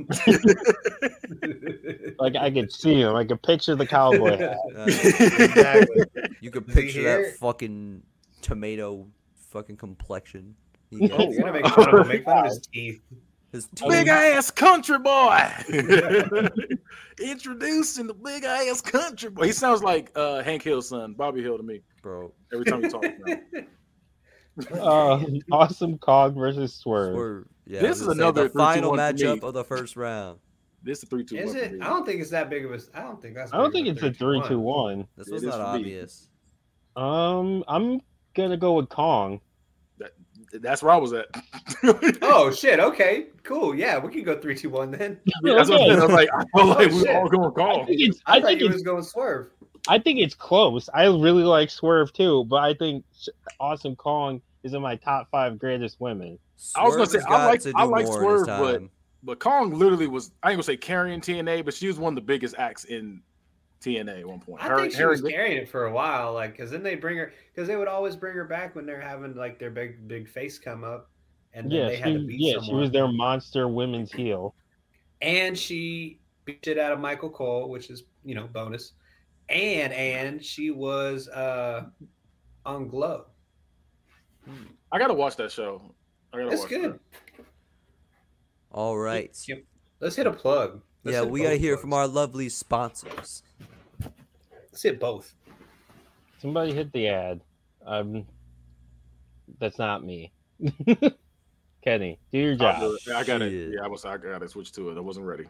Like I could see him. I could picture the cowboy. hat. Uh, exactly. you could Is he picture here? that fucking tomato fucking complexion. He Oh, got. you're gonna make fun of him. Make fun of his teeth. His big teeth- ass country boy. Introducing the big ass country boy. He sounds like uh, Hank Hill's son, Bobby Hill, to me. bro. Every time he talks. now. Oh, Uh, awesome Cog versus Swerve. Swerve. Yeah, This I was is gonna say, another the three, two, final one for me. matchup of the first round. This is a three two. Is it? I don't think it's that big of a. I don't think that's. I don't big think of it's a three two one. This It was is not for me. obvious. Um, I'm gonna go with Kong. That's where I was at. Oh shit! Okay, cool. Yeah, we can go three, two, one then. That's what I, said. I was like, I felt like we were oh, shit. all going I call. think it's. I, I thought think you it's. was going swerve. I think it's close. I really like Swerve too, but I think Sh- Awesome Kong is in my top five greatest women. I was gonna Swerve say, has I got like- to I do like more in Swerve, his but- time. But Kong literally was I ain't gonna say carrying TNA, but she was one of the biggest acts in TNA at one point. I Her- think she her was and- carrying it for a while, like because then they bring her because they would always bring her back when they're having like their big big face come up, and then yeah, they she, had to beat yeah, someone. she was their monster women's heel. and she beat shit out of Michael Cole, which is you know bonus. And and she was uh on Glow. I gotta watch that show. I gotta That's watch good. All right. Yep. Let's hit a plug. Let's Yeah, hit we gotta both hear plugs. from our lovely sponsors. Let's hit both. Somebody hit the ad. Um, that's not me. Kenny, do your that. I'll job. do it. I gotta Shit. yeah, I was I gotta switch to it. I wasn't ready.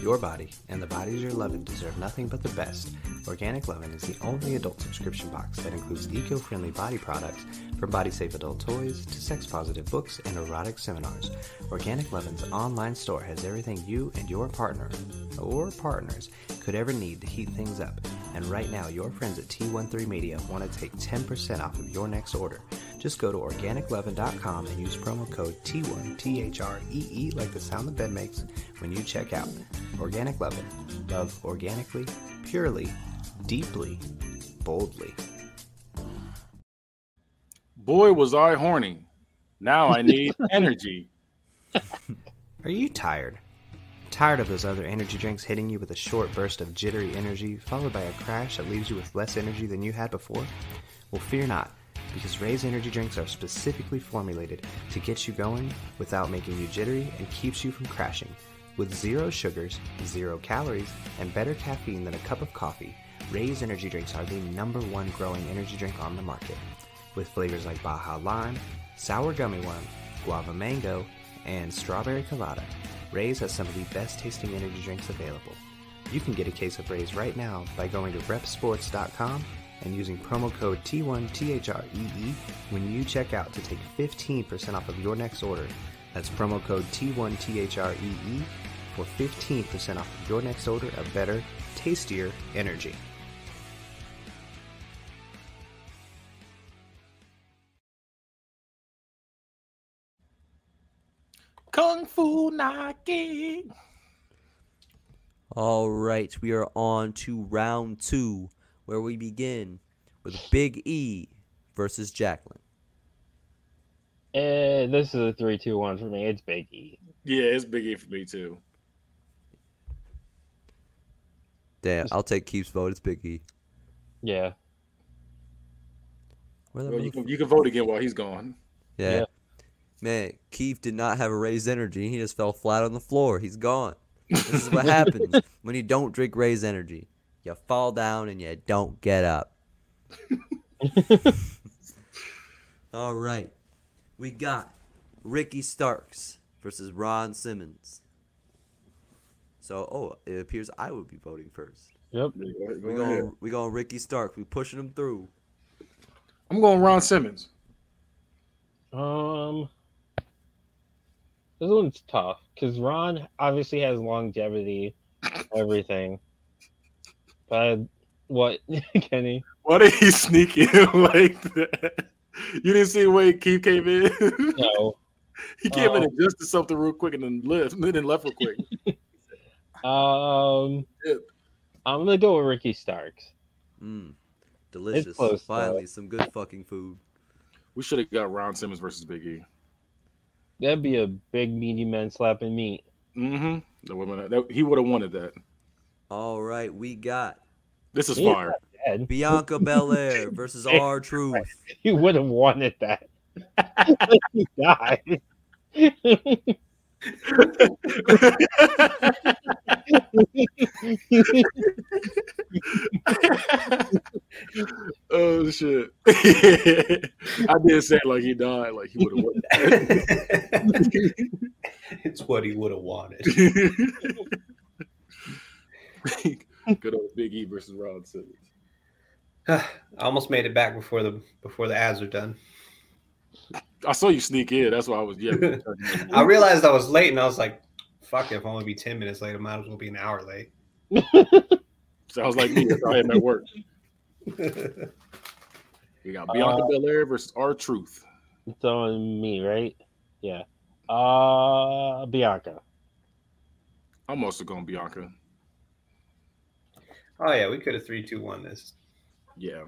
Your body and the bodies you're loving deserve nothing but the best. Organic Lovin' is the only adult subscription box that includes eco-friendly body products from body-safe adult toys to sex-positive books and erotic seminars. Organic Lovin's online store has everything you and your partner or partners could ever need to heat things up. And right now, your friends at T13 Media want to take 10% off of your next order. Just go to organiclovin.com and use promo code T1 T H R E E like the sound the bed makes when you check out. Organic Lovin. Love organically, purely, deeply, boldly. Boy was I horny. Now I need energy. Are you tired? Tired of those other energy drinks hitting you with a short burst of jittery energy, followed by a crash that leaves you with less energy than you had before? Well, fear not, because Ray's energy drinks are specifically formulated to get you going without making you jittery and keeps you from crashing. With zero sugars, zero calories, and better caffeine than a cup of coffee, Ray's energy drinks are the number one growing energy drink on the market. With flavors like Baja Lime, Sour Gummy Worm, Guava Mango, and Strawberry Colada, Ray's has some of the best tasting energy drinks available. You can get a case of Ray's right now by going to repsports.com and using promo code T1THREE when you check out to take 15% off of your next order. That's promo code T1THREE E for 15% off of your next order of better, tastier energy. Kung Fu Naki. All right, we are on to round two, where we begin with Big E versus Jacqueline. Eh, this is a three-two-one for me. It's Big E. Yeah, it's big E for me too. Damn, I'll take Keith's vote. It's Big E. Yeah, Where the Well, you, motherf- can, you can vote again while he's gone. yeah. yeah. man, Keith did not have a raised energy. He just fell flat on the floor. He's gone. This is what happens when you don't drink raised energy. You fall down and you don't get up. All right, we got Ricky Starks versus Ron Simmons. So, oh, it appears I would be voting first. Yep. We going we going Ricky Starks. We pushing him through. I'm going Ron Simmons. Um, this one's tough because Ron obviously has longevity, everything. But what, Kenny? Why did he sneak in like that? You didn't see the way Keith came in. No. he came in Oh. and adjusted something real quick and then left. And then left real quick. Um, Yep. I'm gonna go with Ricky Starks. Mm, delicious. close, though. Finally, some good fucking food. We should have got Ron Simmons versus Big E. That'd be a big meaty man slapping meat. Mm-hmm. That would've been- that- he would have wanted that. All right, we got This is Yeah. fire. Dead. Bianca Belair versus R Truth. He would have wanted that. he died. oh shit! I did say it like he died, like he would have wanted. it's what he would have wanted. that. Good old Big E versus Ron Simmons. I almost made it back before the before the ads are done. I saw you sneak in. That's why I was yeah. I realized I was late, and I was like, fuck it, if I only be ten minutes late, I might as well be an hour late. Sounds like me. That's how I am at work. Who We got Bianca Belair versus R Truth. It's on me, right? Yeah. Uh, Bianca. I'm also going Bianca. Oh yeah, we could have three, two, one this. Yeah.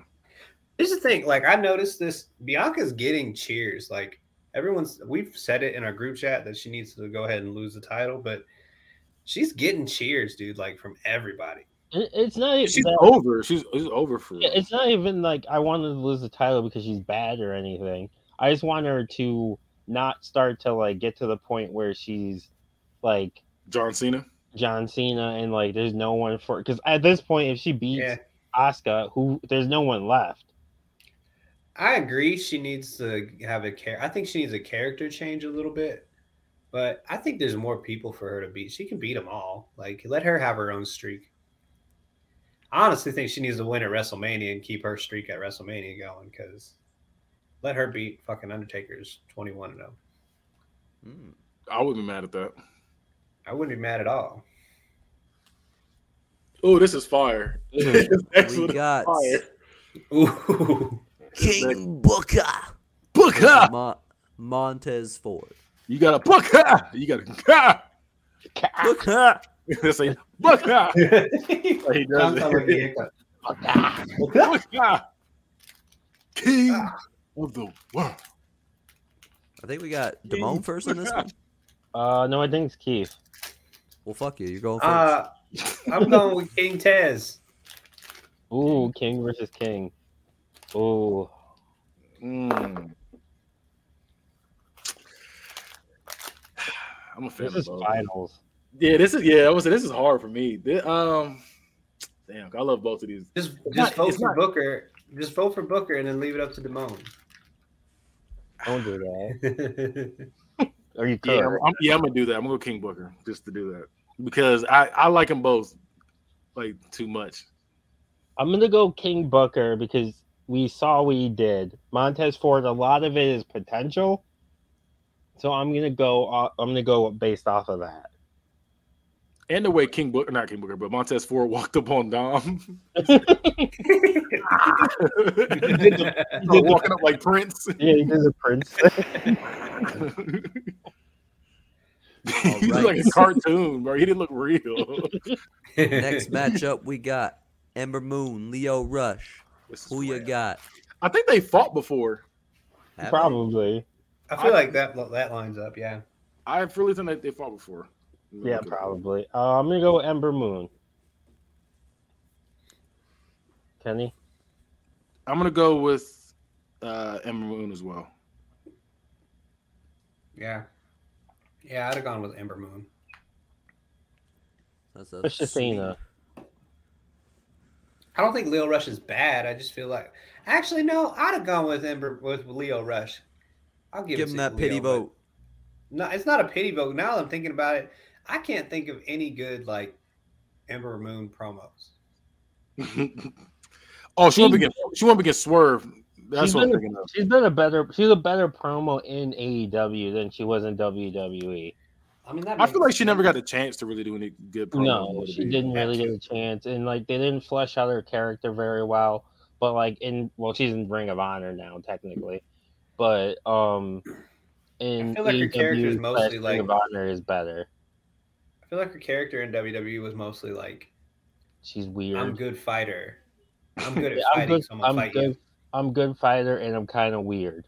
Here's the thing, like I noticed this Bianca's getting cheers. Like everyone's we've said it in our group chat that she needs to go ahead and lose the title, but she's getting cheers, dude, like from everybody. It, it's not. Even She's that- over. She's, she's over for Yeah, it's not even like I wanted to lose the title because she's bad or anything. I just want her to not start to like get to the point where she's like John Cena. John Cena and like there's no one for because at this point if she beats Yeah. Asuka, who there's no one left. I agree. She needs to have a care. I think she needs a character change a little bit, but I think there's more people for her to beat. She can beat them all. Like let her have her own streak. I honestly think she needs to win at WrestleMania and keep her streak at WrestleMania going. Because let her beat fucking Undertaker's twenty one and oh. zero. Mm. I would be mad at that. I wouldn't be mad at all. Oh, this is fire. Mhm. This next We one is got fire. Ooh, King Booker. Booker. Mo- Montez Ford. You got a Booker. You got a. Ah. Booker. That's a Booker. Sounds He does like a it. hiccup. Booker. King of the world. I think we got Damone first on this one. Uh, no, I think it's Keith. Well, fuck you. You're going first. Uh, I'm going with King Tez. Ooh, King versus King. Ooh, Mm. I'm a fan this is of both. finals. Yeah, this is yeah. I was this is hard for me. Thi- um, damn, I love both of these. Just It's not- just vote it's for not- Booker. Just vote for Booker and then leave it up to Damone. Don't do that. Or you could. Yeah, I'm, I'm- yeah, I'm gonna do that. I'm gonna go King Booker just to do that because I I like them both like too much. I'm gonna go King Booker because we saw what he did. Montez Ford, a lot of it is potential. So I'm gonna go. Uh, I'm gonna go based off of that. And the way King Booker, not King Booker, but Montez Ford walked up on Dom, walking up like Prince. Yeah, he is a prince. he was like a cartoon, bro. He didn't look real. Next matchup, we got Ember Moon, Leo Rush. This is Who you random. got? I think they fought before. Have it. probably. I feel like that that lines up. Yeah. I really think that they fought before. Yeah, probably. Uh, I'm gonna go Ember Moon. Kenny. I'm gonna go with uh Ember Moon as well. Yeah. Yeah, I'd have gone with Ember Moon. That's a What's Athena? I don't think Leo Rush is bad. I just feel like actually no, I'd have gone with Ember with Leo Rush. I'll give, Give, it him to that pity Leo, but- vote. No, it's not a pity vote. Now that I'm thinking about it, I can't think of any good like Ember Moon promos. oh, she won't She- begin. She won't begin Swerve. That's She's what I'm been- thinking of. She's been a better. She's a better promo in AEW than she was in E. WWE. I mean, that I makes- feel like she never got a chance to really do any good. Oh, promo. No, she didn't really get a chance, and like they didn't flesh out her character very well. But like in well, she's in Ring of Honor now technically, but um, in I feel like her AEW character is mostly, slash Ring of like- Honor is better. I feel like her character in WWE was mostly like She's weird. I'm good fighter. I'm good at Yeah, I'm fighting. good. so I'm gonna I'm fight good. you. I'm good fighter, and I'm kind of weird.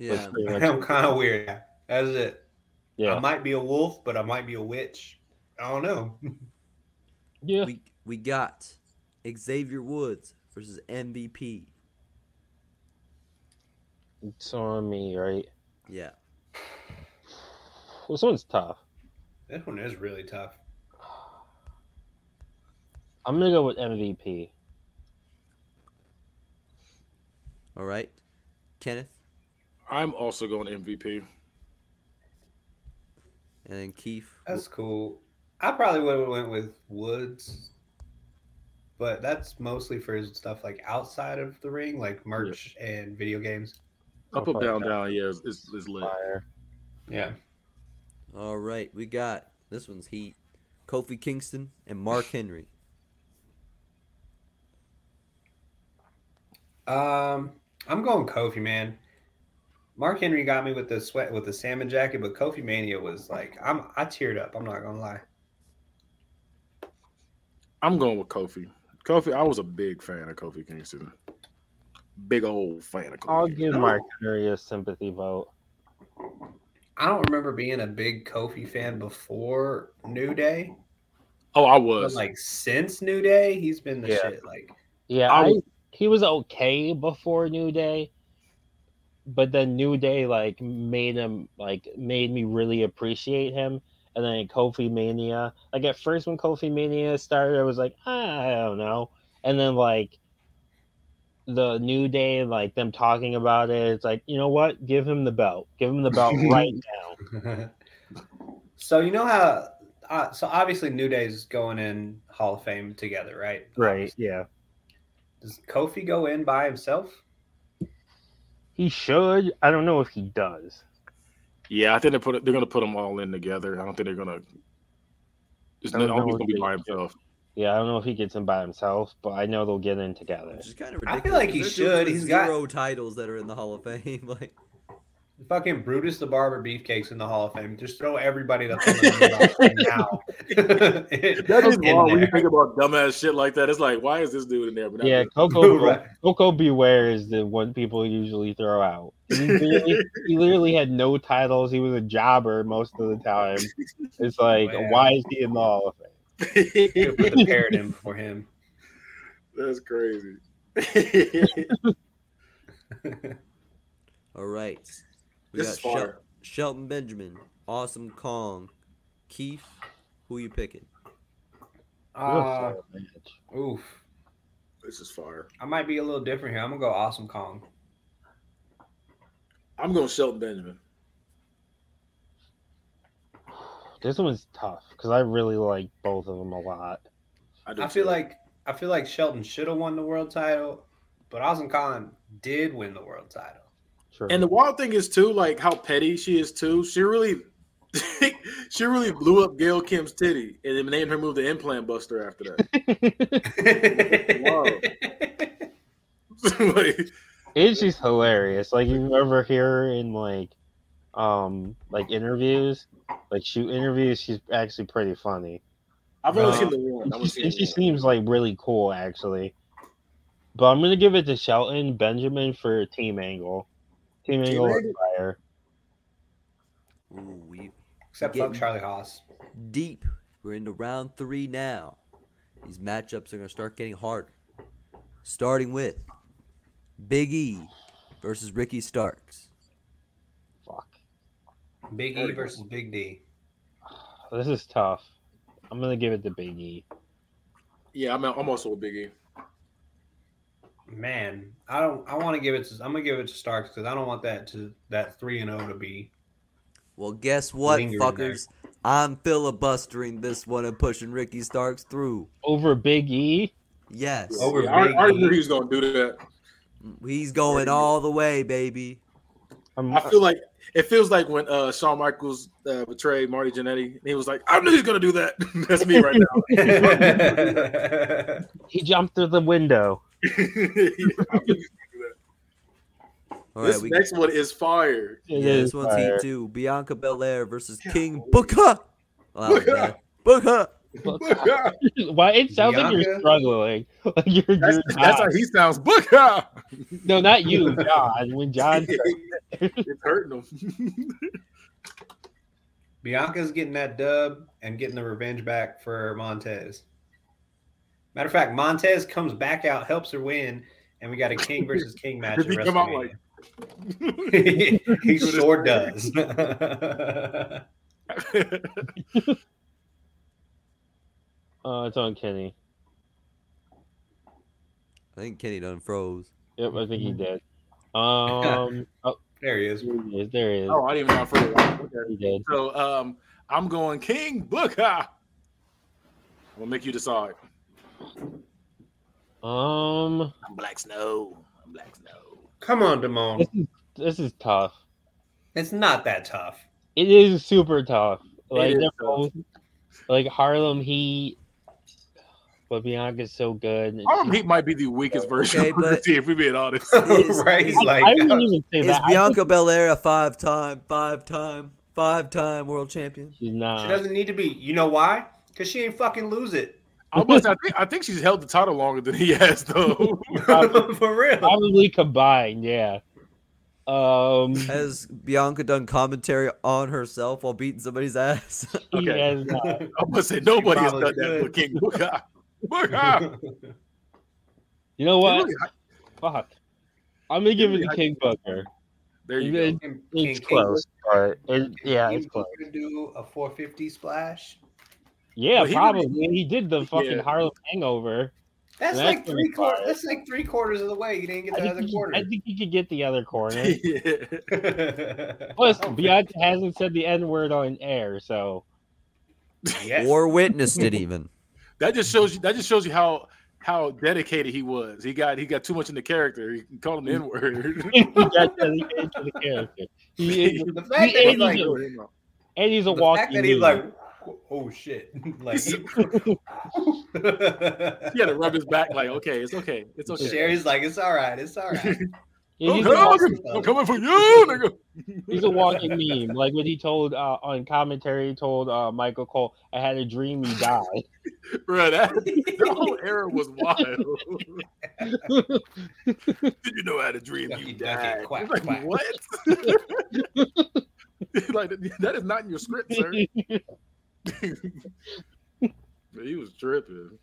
That's Yeah. pretty much I'm kind of weird. That's it. I yeah. might be a wolf, but I might be a witch. I don't know. yeah. We we got Xavier Woods versus MVP. It's on me, right? Yeah. This one's tough. This one is really tough. I'm gonna go with MVP. All right. Kenneth I'm also going MVP. and then Keith. That's cool. I probably would have went with Woods, but that's mostly for his stuff like outside of the ring, like merch and video games. Oh, Up, up, down, down. Yeah, it's, it's, it's lit. Fire. Yeah. All right. We got This one's Heat. Kofi Kingston and Mark Henry. Um, I'm going Kofi, man. Mark Henry got me with the sweat with the salmon jacket, but Kofi Mania was like I'm I teared up. I'm not gonna lie. I'm going with Kofi. Kofi, I was a big fan of Kofi Kingston. Big old fan of Kofi. I'll Kingston. give Mark Henry a sympathy vote. I don't remember being a big Kofi fan before New Day, oh, I but was. like since New Day, he's been the Yeah. shit. Like Yeah, I I, would- he was okay before New Day, but then New Day like made him like made me really appreciate him. And then Kofi Mania, like at first when Kofi Mania started, I was like, ah, I don't know. And then like the New Day, like them talking about it, it's like, you know what? Give him the belt. Give him the belt right now. so you know how? Uh, so obviously, New Day's going in Hall of Fame together, right? Yeah. Does Kofi go in by himself? He should. I don't know if he does. yeah, I think they put they're gonna put them all in together. I don't think they're gonna. It's I not, I don't don't think know it's gonna be if by they- himself. Yeah, I don't know if he gets in by himself, but I know they'll get in together. Which is kind of ridiculous. I feel like he They're doing should. the He's got- zero titles that are in the Hall of Fame. Like Fucking Brutus the Barber Beefcakes in the Hall of Fame. Just throw everybody that's on the Hall of Fame now. That is In wild when you there. think about dumbass shit like that. It's like, why is this dude in there? But not Yeah, this? Coco Right. Coco Beware is the one people usually throw out. He literally, he literally had no titles. He was a jobber most of the time. Oh, It's like, Wow. why is he in the Hall of Fame? Could have put the parrot in for him. That's crazy. all right. We this is got Shel- fire. Shelton Benjamin, Awesome Kong, Keith. Who you picking? Uh, What a match. oof. This is fire. I might be a little different here. I'm gonna go Awesome Kong. I'm going Shelton Benjamin. This one's tough because I really like both of them a lot. do I feel too. like I feel like Shelton should have won the world title, but Awesome Kong did win the world title. Sure. And the wild thing is too, like how petty she is too. She really, she really blew up Gail Kim's titty, and then named her move the implant buster after that. Like, it's just hilarious. Like you ever hear her in like um like interviews, like shoot interviews, she's actually pretty funny. I've only Uh, seen the one. I've And only She, and she seen the one. seems like really cool, actually. But I'm gonna give it to Shelton Benjamin for Team Angle. Team Team Angle is Angle. fire. Ooh, we Except fuck Charlie Haas. deep. We're into round three now. These matchups are going to start getting harder. Starting with Big E versus Ricky Starks. Fuck, Big E versus Big D. this is tough. I'm gonna give it to Big E. Yeah, I'm, I'm also a biggie. Man, I don't. I want to give it to. I'm gonna give it to Starks because I don't want that to that three and zero to be. Well, guess what, Lingering there. fuckers? I'm filibustering this one and pushing Ricky Starks through. Over Big E, Yes. Over yeah, I, I Big already E. knew he was gonna do that. He's going all the way, baby. I'm, I feel like it feels like when uh, Shawn Michaels uh, betrayed Marty Jannetty, and he was like, "I knew he was gonna do that." That's me right now. he jumped through the window. I knew he was gonna do that. All this right, we, next one is fire. It yeah, is this one's fire. Heat 2. Bianca Belair versus King Golly. Booker. Wow, Booker. man. Booker. Why it sounds like Bianca? you're struggling. Like you're That's, doing that's how he sounds. uh, Book out. no, not you, John. When John, it's hurting him. Bianca's getting that dub and getting the revenge back for Montez. Matter of fact, Montez comes back out, helps her win, and we got a King versus King match. Did he at come out WrestleMania. like? he Do this sure thing? does. uh, it's on Kenny. I think Kenny done froze. Yep, I think he did. Um, oh, there he is. there he is. There he is. oh, I didn't even know for a while. Okay. he did. So um, I'm going King Booker. I'm gonna make you decide. Um, I'm Black Snow. I'm Black Snow. Come on, Damone. this is this is tough. It's not that tough. It is super tough. Like is they're tough. both Like Harlem Heat, but Bianca's so good. and Harlem she- Heat might be the weakest version Okay, of Booker but- T, if we being honest. Is- right? He's is- like, I wouldn't even say Is that. I think Bianca Belair a five time, five time, five time world champion? she's she not. doesn't need to be. You know why? Because she ain't fucking lose it. I, must, I, think, I think she's held the title longer than he has, though. For real. Probably combined, yeah. Um, Has Bianca done commentary on herself while beating somebody's ass? he Okay. has not. I must say, nobody has done probably that for could. King Booker. Booker! ah, You know what? Really, I- Fuck. I'm gonna give it Really, to I- King Booker. There you It- go. Can- It's can close, but it, King- yeah, can it's close. Booker Do a 450 splash. Yeah, But he really- probably. he did the fucking Yeah. Harlem Hangover. That's, That's like gonna three be quarters. fire. That's like three quarters of the way. You didn't get I the think, other he, I quarter. think he could get the other corner. Yeah. Plus, Oh, Bianca hasn't said the N word on air, so Yes. Or witnessed it even. That just shows you. That just shows you how how dedicated he was. He got he got too much in the character. He called him the N word. he got dedicated to the character. He is, the fact that He he's like, ain't and he's a the walking. fact that he's meme. like, oh shit, like he- He had to rub his back like, okay, it's okay, it's okay. Sherry's like, it's all right, it's all right. Yeah, he's, a Okay, walking, I'm- I'm coming for you, nigga. he's a walking meme. Like when he told uh, on commentary, he told uh, Michael Cole, "I had a dream you died." Bro, that the whole era was wild. Did you know I had a dream Ducky, you ducky, died? quack, It's like, quack. what? like that is not in your script, sir. Man, he was tripping.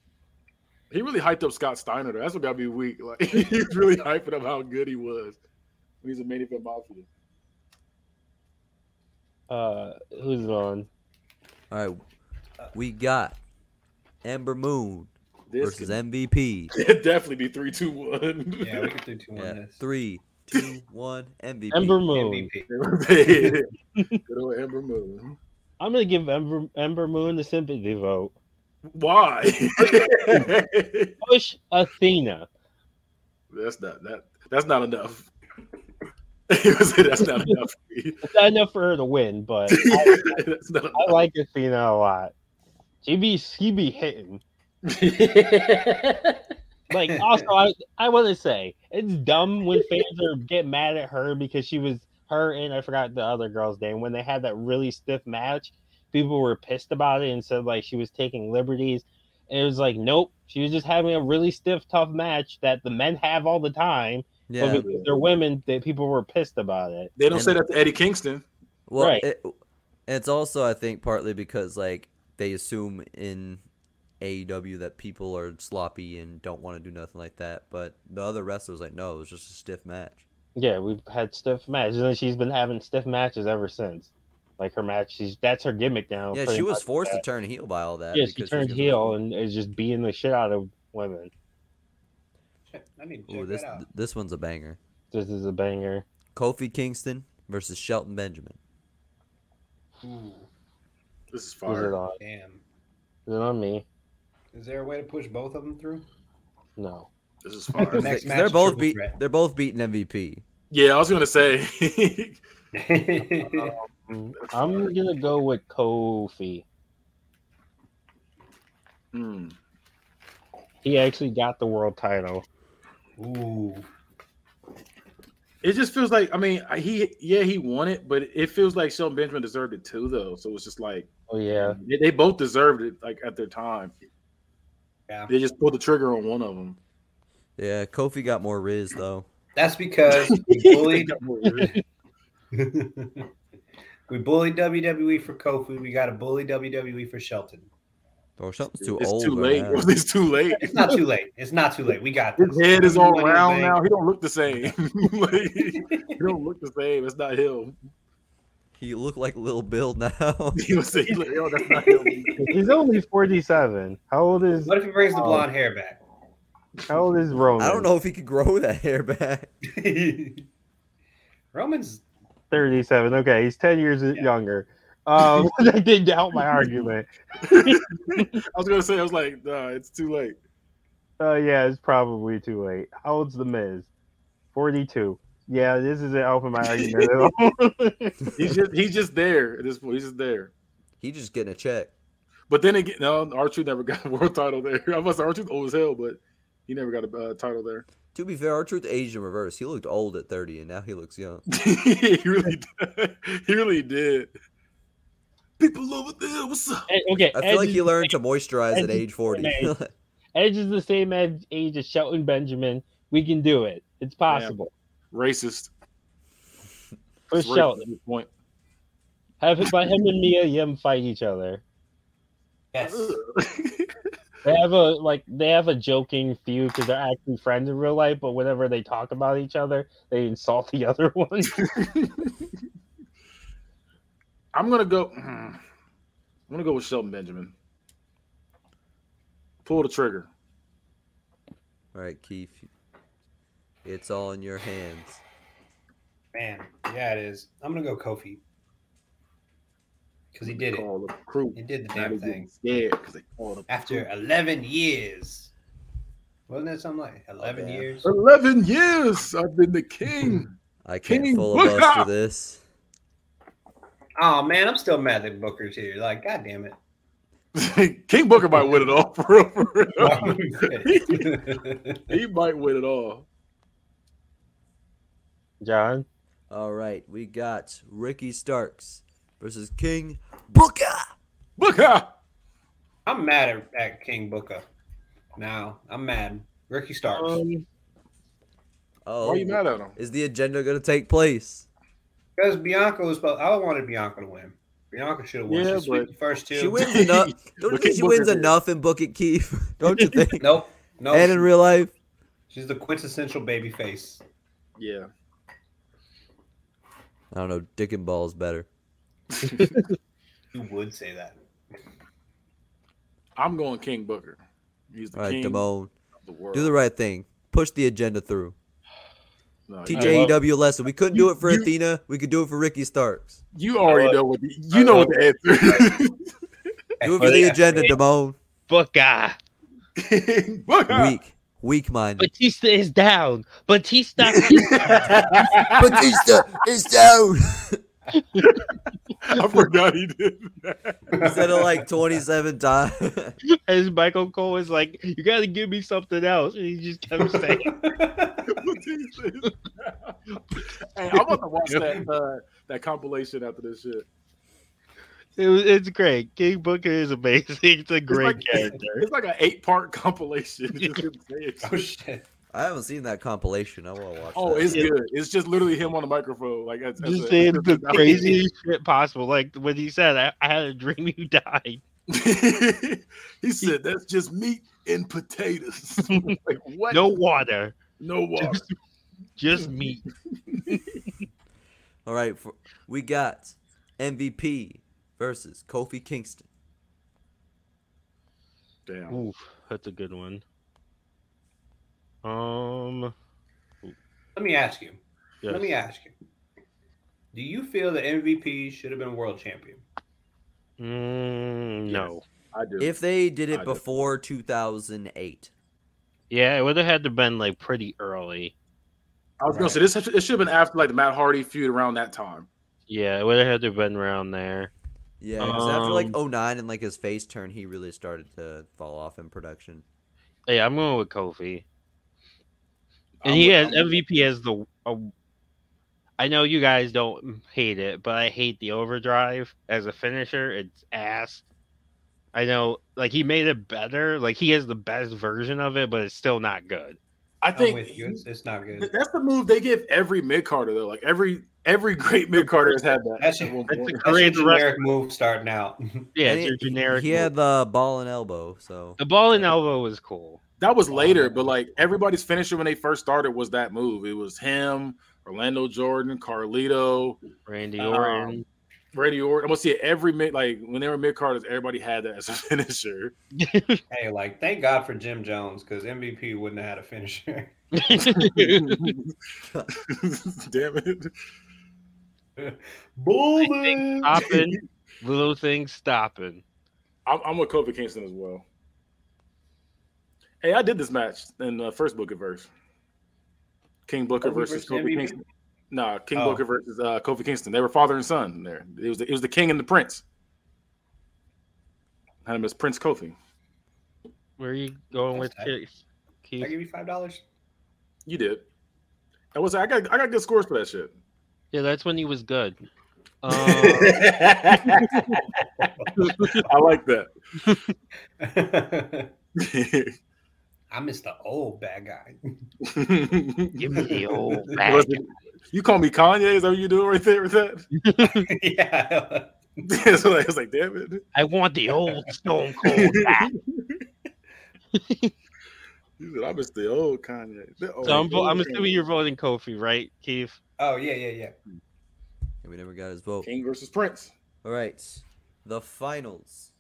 He really hyped up Scott Steiner. though. That's what got me weak. Like he was really hyping up how good he was when he's a main event mafia. uh, who's on? All right. We got Ember Moon This versus MVP. could definitely be three, two, one. yeah, we could do two on Yeah, this. three, two, one, MVP. Ember Moon. MVP. Good old Ember Moon. I'm gonna give Ember, Ember Moon the sympathy vote. Why? Push Athena. that's not that. That's not enough. that's not enough. It's not enough for her to win, but I, that's not I like Athena a lot. She be she be hitting. enough. Like also, I I want to say it's dumb when fans are get mad at her because she was her and I forgot the other girl's name when they had that really stiff match. People were pissed about it and said like she was taking liberties, and it was like nope, she was just having a really stiff, tough match that the men have all the time. Yeah. But because they're women, that people were pissed about it. They don't say that to Eddie Kingston. Well, Right. it, it's also I think partly because like they assume in AEW that people are sloppy and don't want to do nothing like that, but the other wrestlers like no, it was just a stiff match. Yeah, we've had stiff matches, and she's been having stiff matches ever since. Like her match, she's that's her gimmick now. yeah, pretty she was much forced that. to turn heel by all that. Yeah, she because turned gonna- heel and is just beating the shit out of women. I need to check Ooh, this that out. this one's a banger. This is a banger. Kofi Kingston versus Shelton Benjamin. Ooh, This is Is it fire. on? damn. Is it on me? Is there a way to push both of them through? No. This is fire. Next They- match they're is both triple beat. threat. They're both beating MVP. Yeah, I was gonna say. Mm. I'm gonna go with Kofi. Hmm. He actually got the world title. Ooh, It just feels like I mean I- he yeah he won it, but it feels like Shelton Benjamin deserved it too though. So it's just like Oh yeah. they, they both deserved it like at their time. yeah. They just pulled the trigger on one of them. Yeah, Kofi got more Riz though. That's because we bullied. we bullied WWE for Kofi. We got to bully WWE for Shelton. Or something's too it's old. too right late. now. It's too late. It's not too late. It's not too late. We got this. His head is all Money in the round bank. now. He don't look the same. Like, he don't look the same. It's not him. He looked like Lil Bill now. He was saying, like, "Yo, that's not him." He's only 47. How old is What if he brings the Oh. blonde hair back? how old is Roman? I don't know if he could grow that hair back. Roman's 37. Okay, he's 10 years younger. Um, that didn't help my argument. I was gonna say, I was like, nah, it's too late. Uh, yeah, it's probably too late. How old's the Miz? 42. Yeah, this isn't helping my argument at all. He's just he's just there at this point. He's just there. He just getting a check. But then again, no, R Truth never got a world title there. I must R Truth old as hell, but he never got a uh, title there. To be fair, our truth aged in reverse. He looked old at thirty, and now he looks young. he really, did. he really did. People over there, what's up? Ed- okay, I Edge feel like is he the learned to moisturize Edge at is age forty. man. same- Edge is the same ed- age as Shelton Benjamin. We can do it. It's possible. Racist. Chris That's racist Shelton. at this point. Have him, by him and Mia Yim fight each other. Yes. They have a like they have a joking feud because they're actually friends in real life, but whenever they talk about each other, they insult the other one. I'm gonna go. mm, I'm gonna go with Shelton Benjamin. Pull the trigger. All right, Keith, it's all in your hands. Man, yeah, it is. I'm gonna go Kofi because he did it. Call the crew. He did the Now they damn getting thing scared because they called him. after 11 years. Wasn't that something like 11 yeah. years? Eleven years I've been the king. I can't King filibuster Booker! this. Oh man, I'm still mad that Booker's here. Like, god damn it. king Booker might win it all. For real, for real. he might win it all. John, All right, we got Ricky Starks versus King Booker. Booker. I'm mad at, at King Booker. Now I'm mad. Ricky Starks. um, Why Oh, are you mad at him? is the agenda going to take place? Because Bianca was supposed. I wanted Bianca to win. Bianca should have won. Yeah, she swept but- the first two. She wins enough. But Don't you think King she wins Booker did. enough in Book It, Keith? Don't you think? Nope. Nope. And in real life, She's the quintessential baby face. Yeah. I don't know. Dick and balls better. Who would say that? I'm going King Booker. He's the All right, king Damone, of the world. do the right thing. Push the agenda through. No, you- I love- TJEW lesson. We couldn't do it for You- you- Athena. We could do it for Ricky Starks. you already know what the, you know what the answer. Do it for the agenda, Damone. Booker. is. King Booker. Weak, weak minded. Batista is down. Batista. is down. Batista is down. I forgot he did that. He said it like 27 times. As Michael Cole was like, "You gotta give me something else," and he just kept saying, hey, I'm about to watch that uh, that compilation after this shit. it was, "It's great. King Booker is amazing. It's a great like- character." It's like an eight part compilation. It's just insane. Oh shit. I haven't seen that compilation. I want to watch. Oh, that. it's good. It's just literally him on the microphone, like that's, that's Just it. saying the craziest shit possible. Like when he said, "I, I had a dream you died." he said, "That's just meat and potatoes. like, what? No water, no water. just, just meat. All right, for, we got MVP versus Kofi Kingston. Damn. Ooh, that's a good one. Um, Let me ask you. yes. Let me ask you. Do you feel that MVP should have been world champion? Mm, no. I do. If they did I it do. before 2008, Yeah, it would have had to been like pretty early. I was gonna say this, it should have been after like the Matt Hardy feud around that time. Yeah, it would have had to been around there. yeah, 'cause after like Um, 09 and like his face turn, he really started to fall off in production. Hey, I'm going with Kofi, and I'm he with- has I'm- MVP as the. Uh, I know you guys don't hate it, but I hate the overdrive as a finisher. It's ass. I know, like he made it better. Like he has the best version of it, but it's still not good. I I'm think with you. It's, it's not th- good. that's the move they give every mid carder though. Like every every great mid carder has had that. That's- at one that's point. a- That's a Grand generic move starting out. Yeah, And it's he- your generic. He move. had the ball and elbow, so The ball and elbow was cool. That was later, but like everybody's finisher when they first started was that move. It was him, Orlando Jordan, Carlito, Randy Um, Orton. Randy Orton. I'm gonna see it every mid like when they were mid carders, everybody had that as a finisher. hey, like, thank God for Jim Jones because MVP wouldn't have had a finisher. Damn it. Bowman. stopping, little things stopping. I'm, I'm with Kofi Kingston as well. Hey, I did this match in the first Booker verse. King Booker Kofi versus versus Kofi MVP? Kingston. Nah, King Oh. Booker versus uh, Kofi Kingston. They were father and son there. It was the, it was the king and the prince. Had him as Prince Kofi. Where are you going with That's Keith? I Keith? give you five dollars. You did. I was I got I got good scores for that shit. Yeah, that's when he was good. Uh, I like that. I miss the old bad guy. give me the Was old back. it- you call me Kanye? Is that what you doing right there with that? yeah. it's like, it's like, damn it. I want the old Stone Cold back. He said, I miss the old Kanye. The old- So I'm, vo- I'm old assuming you're voting Kofi, right, Keith? Oh yeah, yeah, yeah. And we never got his vote. King versus Prince. All right. The finals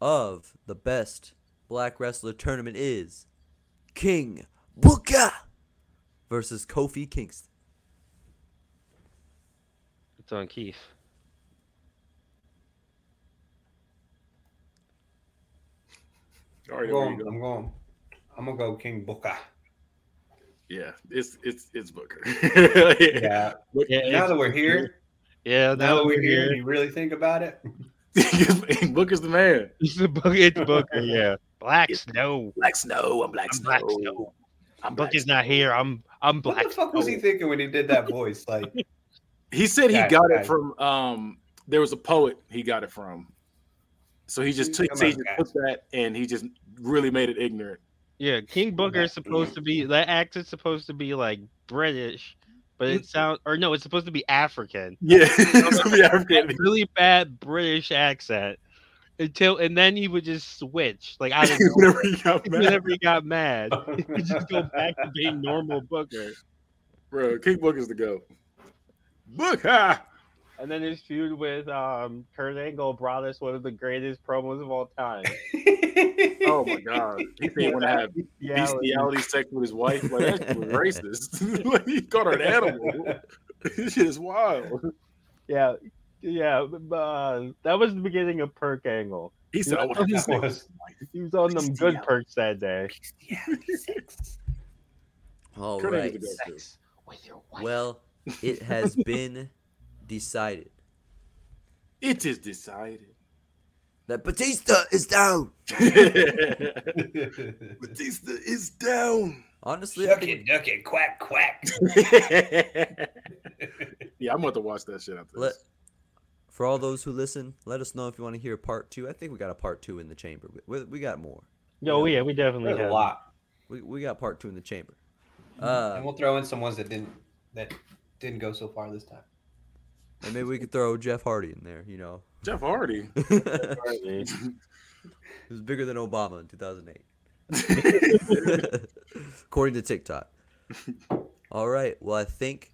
of the best black wrestler tournament is King Booker versus Kofi Kingston. It's on Keith. All I'm right, there you going. go. I'm going. I'm gonna go King Booker. Yeah, it's it's it's Booker. Yeah, Yeah. Now it's- that we're here, yeah. Now, now that we're here, and you really think about it, Booker's the man. it's the book. It's Booker. Yeah, Black Snow. Black Snow. I'm Black I'm Black Snow. I'm Book is not here. I'm I'm what Black. the fuck was he thinking when he did that voice? Like, He said he Guys, got it guys. from um there was a poet he got it from. So he just took, Come so he on, just guys. took that and he just really made it ignorant. Yeah, King Booker is supposed to be that accent's supposed to be like British, but it sounds or no, it's supposed to be African. Yeah. It's gonna be That African. really bad British accent until and then he would just switch like I don't know. Whenever he got mad. Whenever he got mad, he just go back to being normal Booker. Bro, King Booker's the go. Booker. And then his feud with um, Kurt Angle brought us one of the greatest promos of all time. Oh my god. He didn't want to have Yeah, like- bestiality sex with his wife. Like that shit was racist. like he called her an animal. this shit is wild. yeah, yeah. but, Uh, that was the beginning of Perk Angle. He said, I want to That was- He was on them good perks that day. All Kurt Angle's right. the go-to. With your Well, it has been decided It is decided. that Batista is down. Batista is down. Honestly, I Shuck think, it, duck it, quack, quack. yeah, I'm about to watch that shit after let, this. for all those who listen, let us know if you want to hear part two. I think we got a part two in the chamber. We- We, we got more. No, yeah, we definitely There's have. a lot, We, we got part two in the chamber. and Uh, we'll throw in some ones that didn't that didn't go so far this time. and maybe we could throw Jeff Hardy in there, you know. Jeff Hardy. it Alright, was bigger than Obama in 2008. That's According to TikTok. All right. Well, I think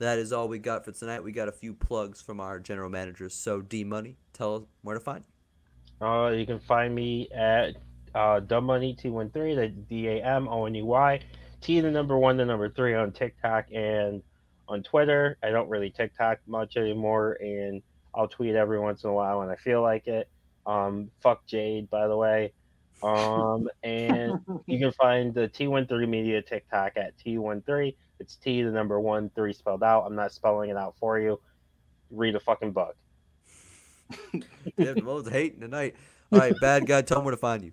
that is all we got for tonight. We got a few plugs from our general managers. So, D Money, tell us where to find Uh, you can find me at uh, dummoney213, the D A M O N E Y, T the number one, the number three on TikTok and on Twitter. I don't really TikTok much anymore, and I'll tweet every once in a while when I feel like it. Um, fuck Jade, by the way. Um, and you can find the T13 Media TikTok at T13. It's T the number one, three spelled out. I'm not spelling it out for you. Read a fucking book. you. Damn, Ramon's hating tonight. All right, bad guy, tell him where to find you.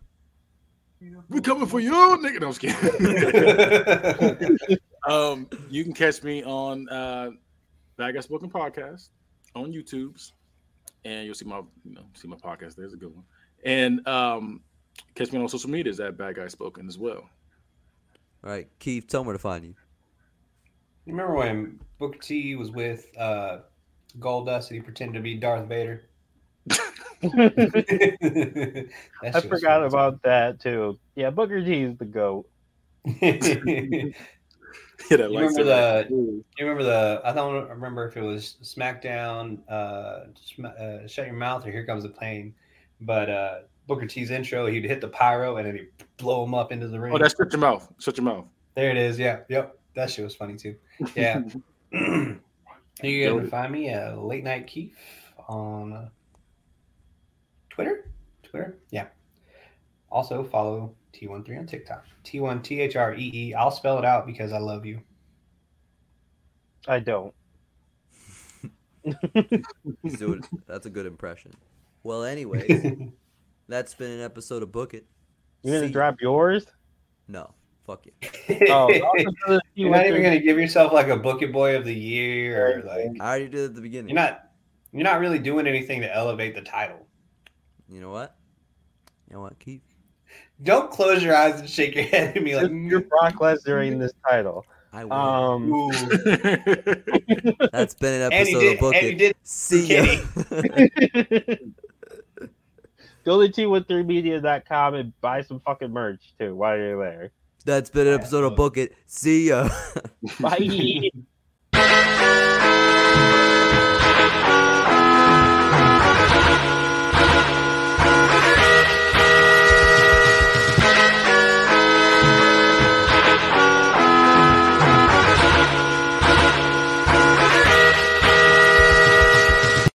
we coming for you, nigga. No, I'm just kidding. um, you can catch me on uh Bad Guy Spoken Podcast on YouTube's and you'll see my you know, see my podcast. There's a good one. And um catch me on social medias at Bad Guy Spoken as well. All right, Keith, tell him where to find you. Remember when Booker T was with uh, Goldust and he pretended to be Darth Vader? I forgot about that too. Yeah, Booker T is the goat. you Yeah, that You lightsaber. remember remember the? I don't remember if it was SmackDown, uh, Sm- uh, Shut Your Mouth, or Here Comes the Plane. But uh, Booker T's intro, he'd hit the pyro and then he'd blow him up into the ring. Oh, that's shut your mouth. Shut your mouth. there it is. Yeah, yep. That shit was funny too. Yeah. you can find me at Late Night Keef on Twitter. Twitter, yeah. Also follow T13 on TikTok. T1 T H R E E. I'll spell it out because I love you. I don't. Oh, He's doing, that's a good impression. Well, anyways, That's been an episode of Book It. You gonna See- drop yours? No, fuck you. Oh, you're not even gonna give yourself like a Bookie Boy of the Year or like I already did it at the beginning. you're not you're not really doing anything to elevate the title. You know what? You know what, Keith? Don't close your eyes and shake your head and be like, "Mm, you're Brock Lesnar in this title. I will. Uh, Um, "Ooh." Mm-hmm. That's been an and he episode did, of Book and he It. did. See ya. go to t with 3mediacom and buy some fucking merch too while you're there. That's been an episode of Book It. See ya. Bye.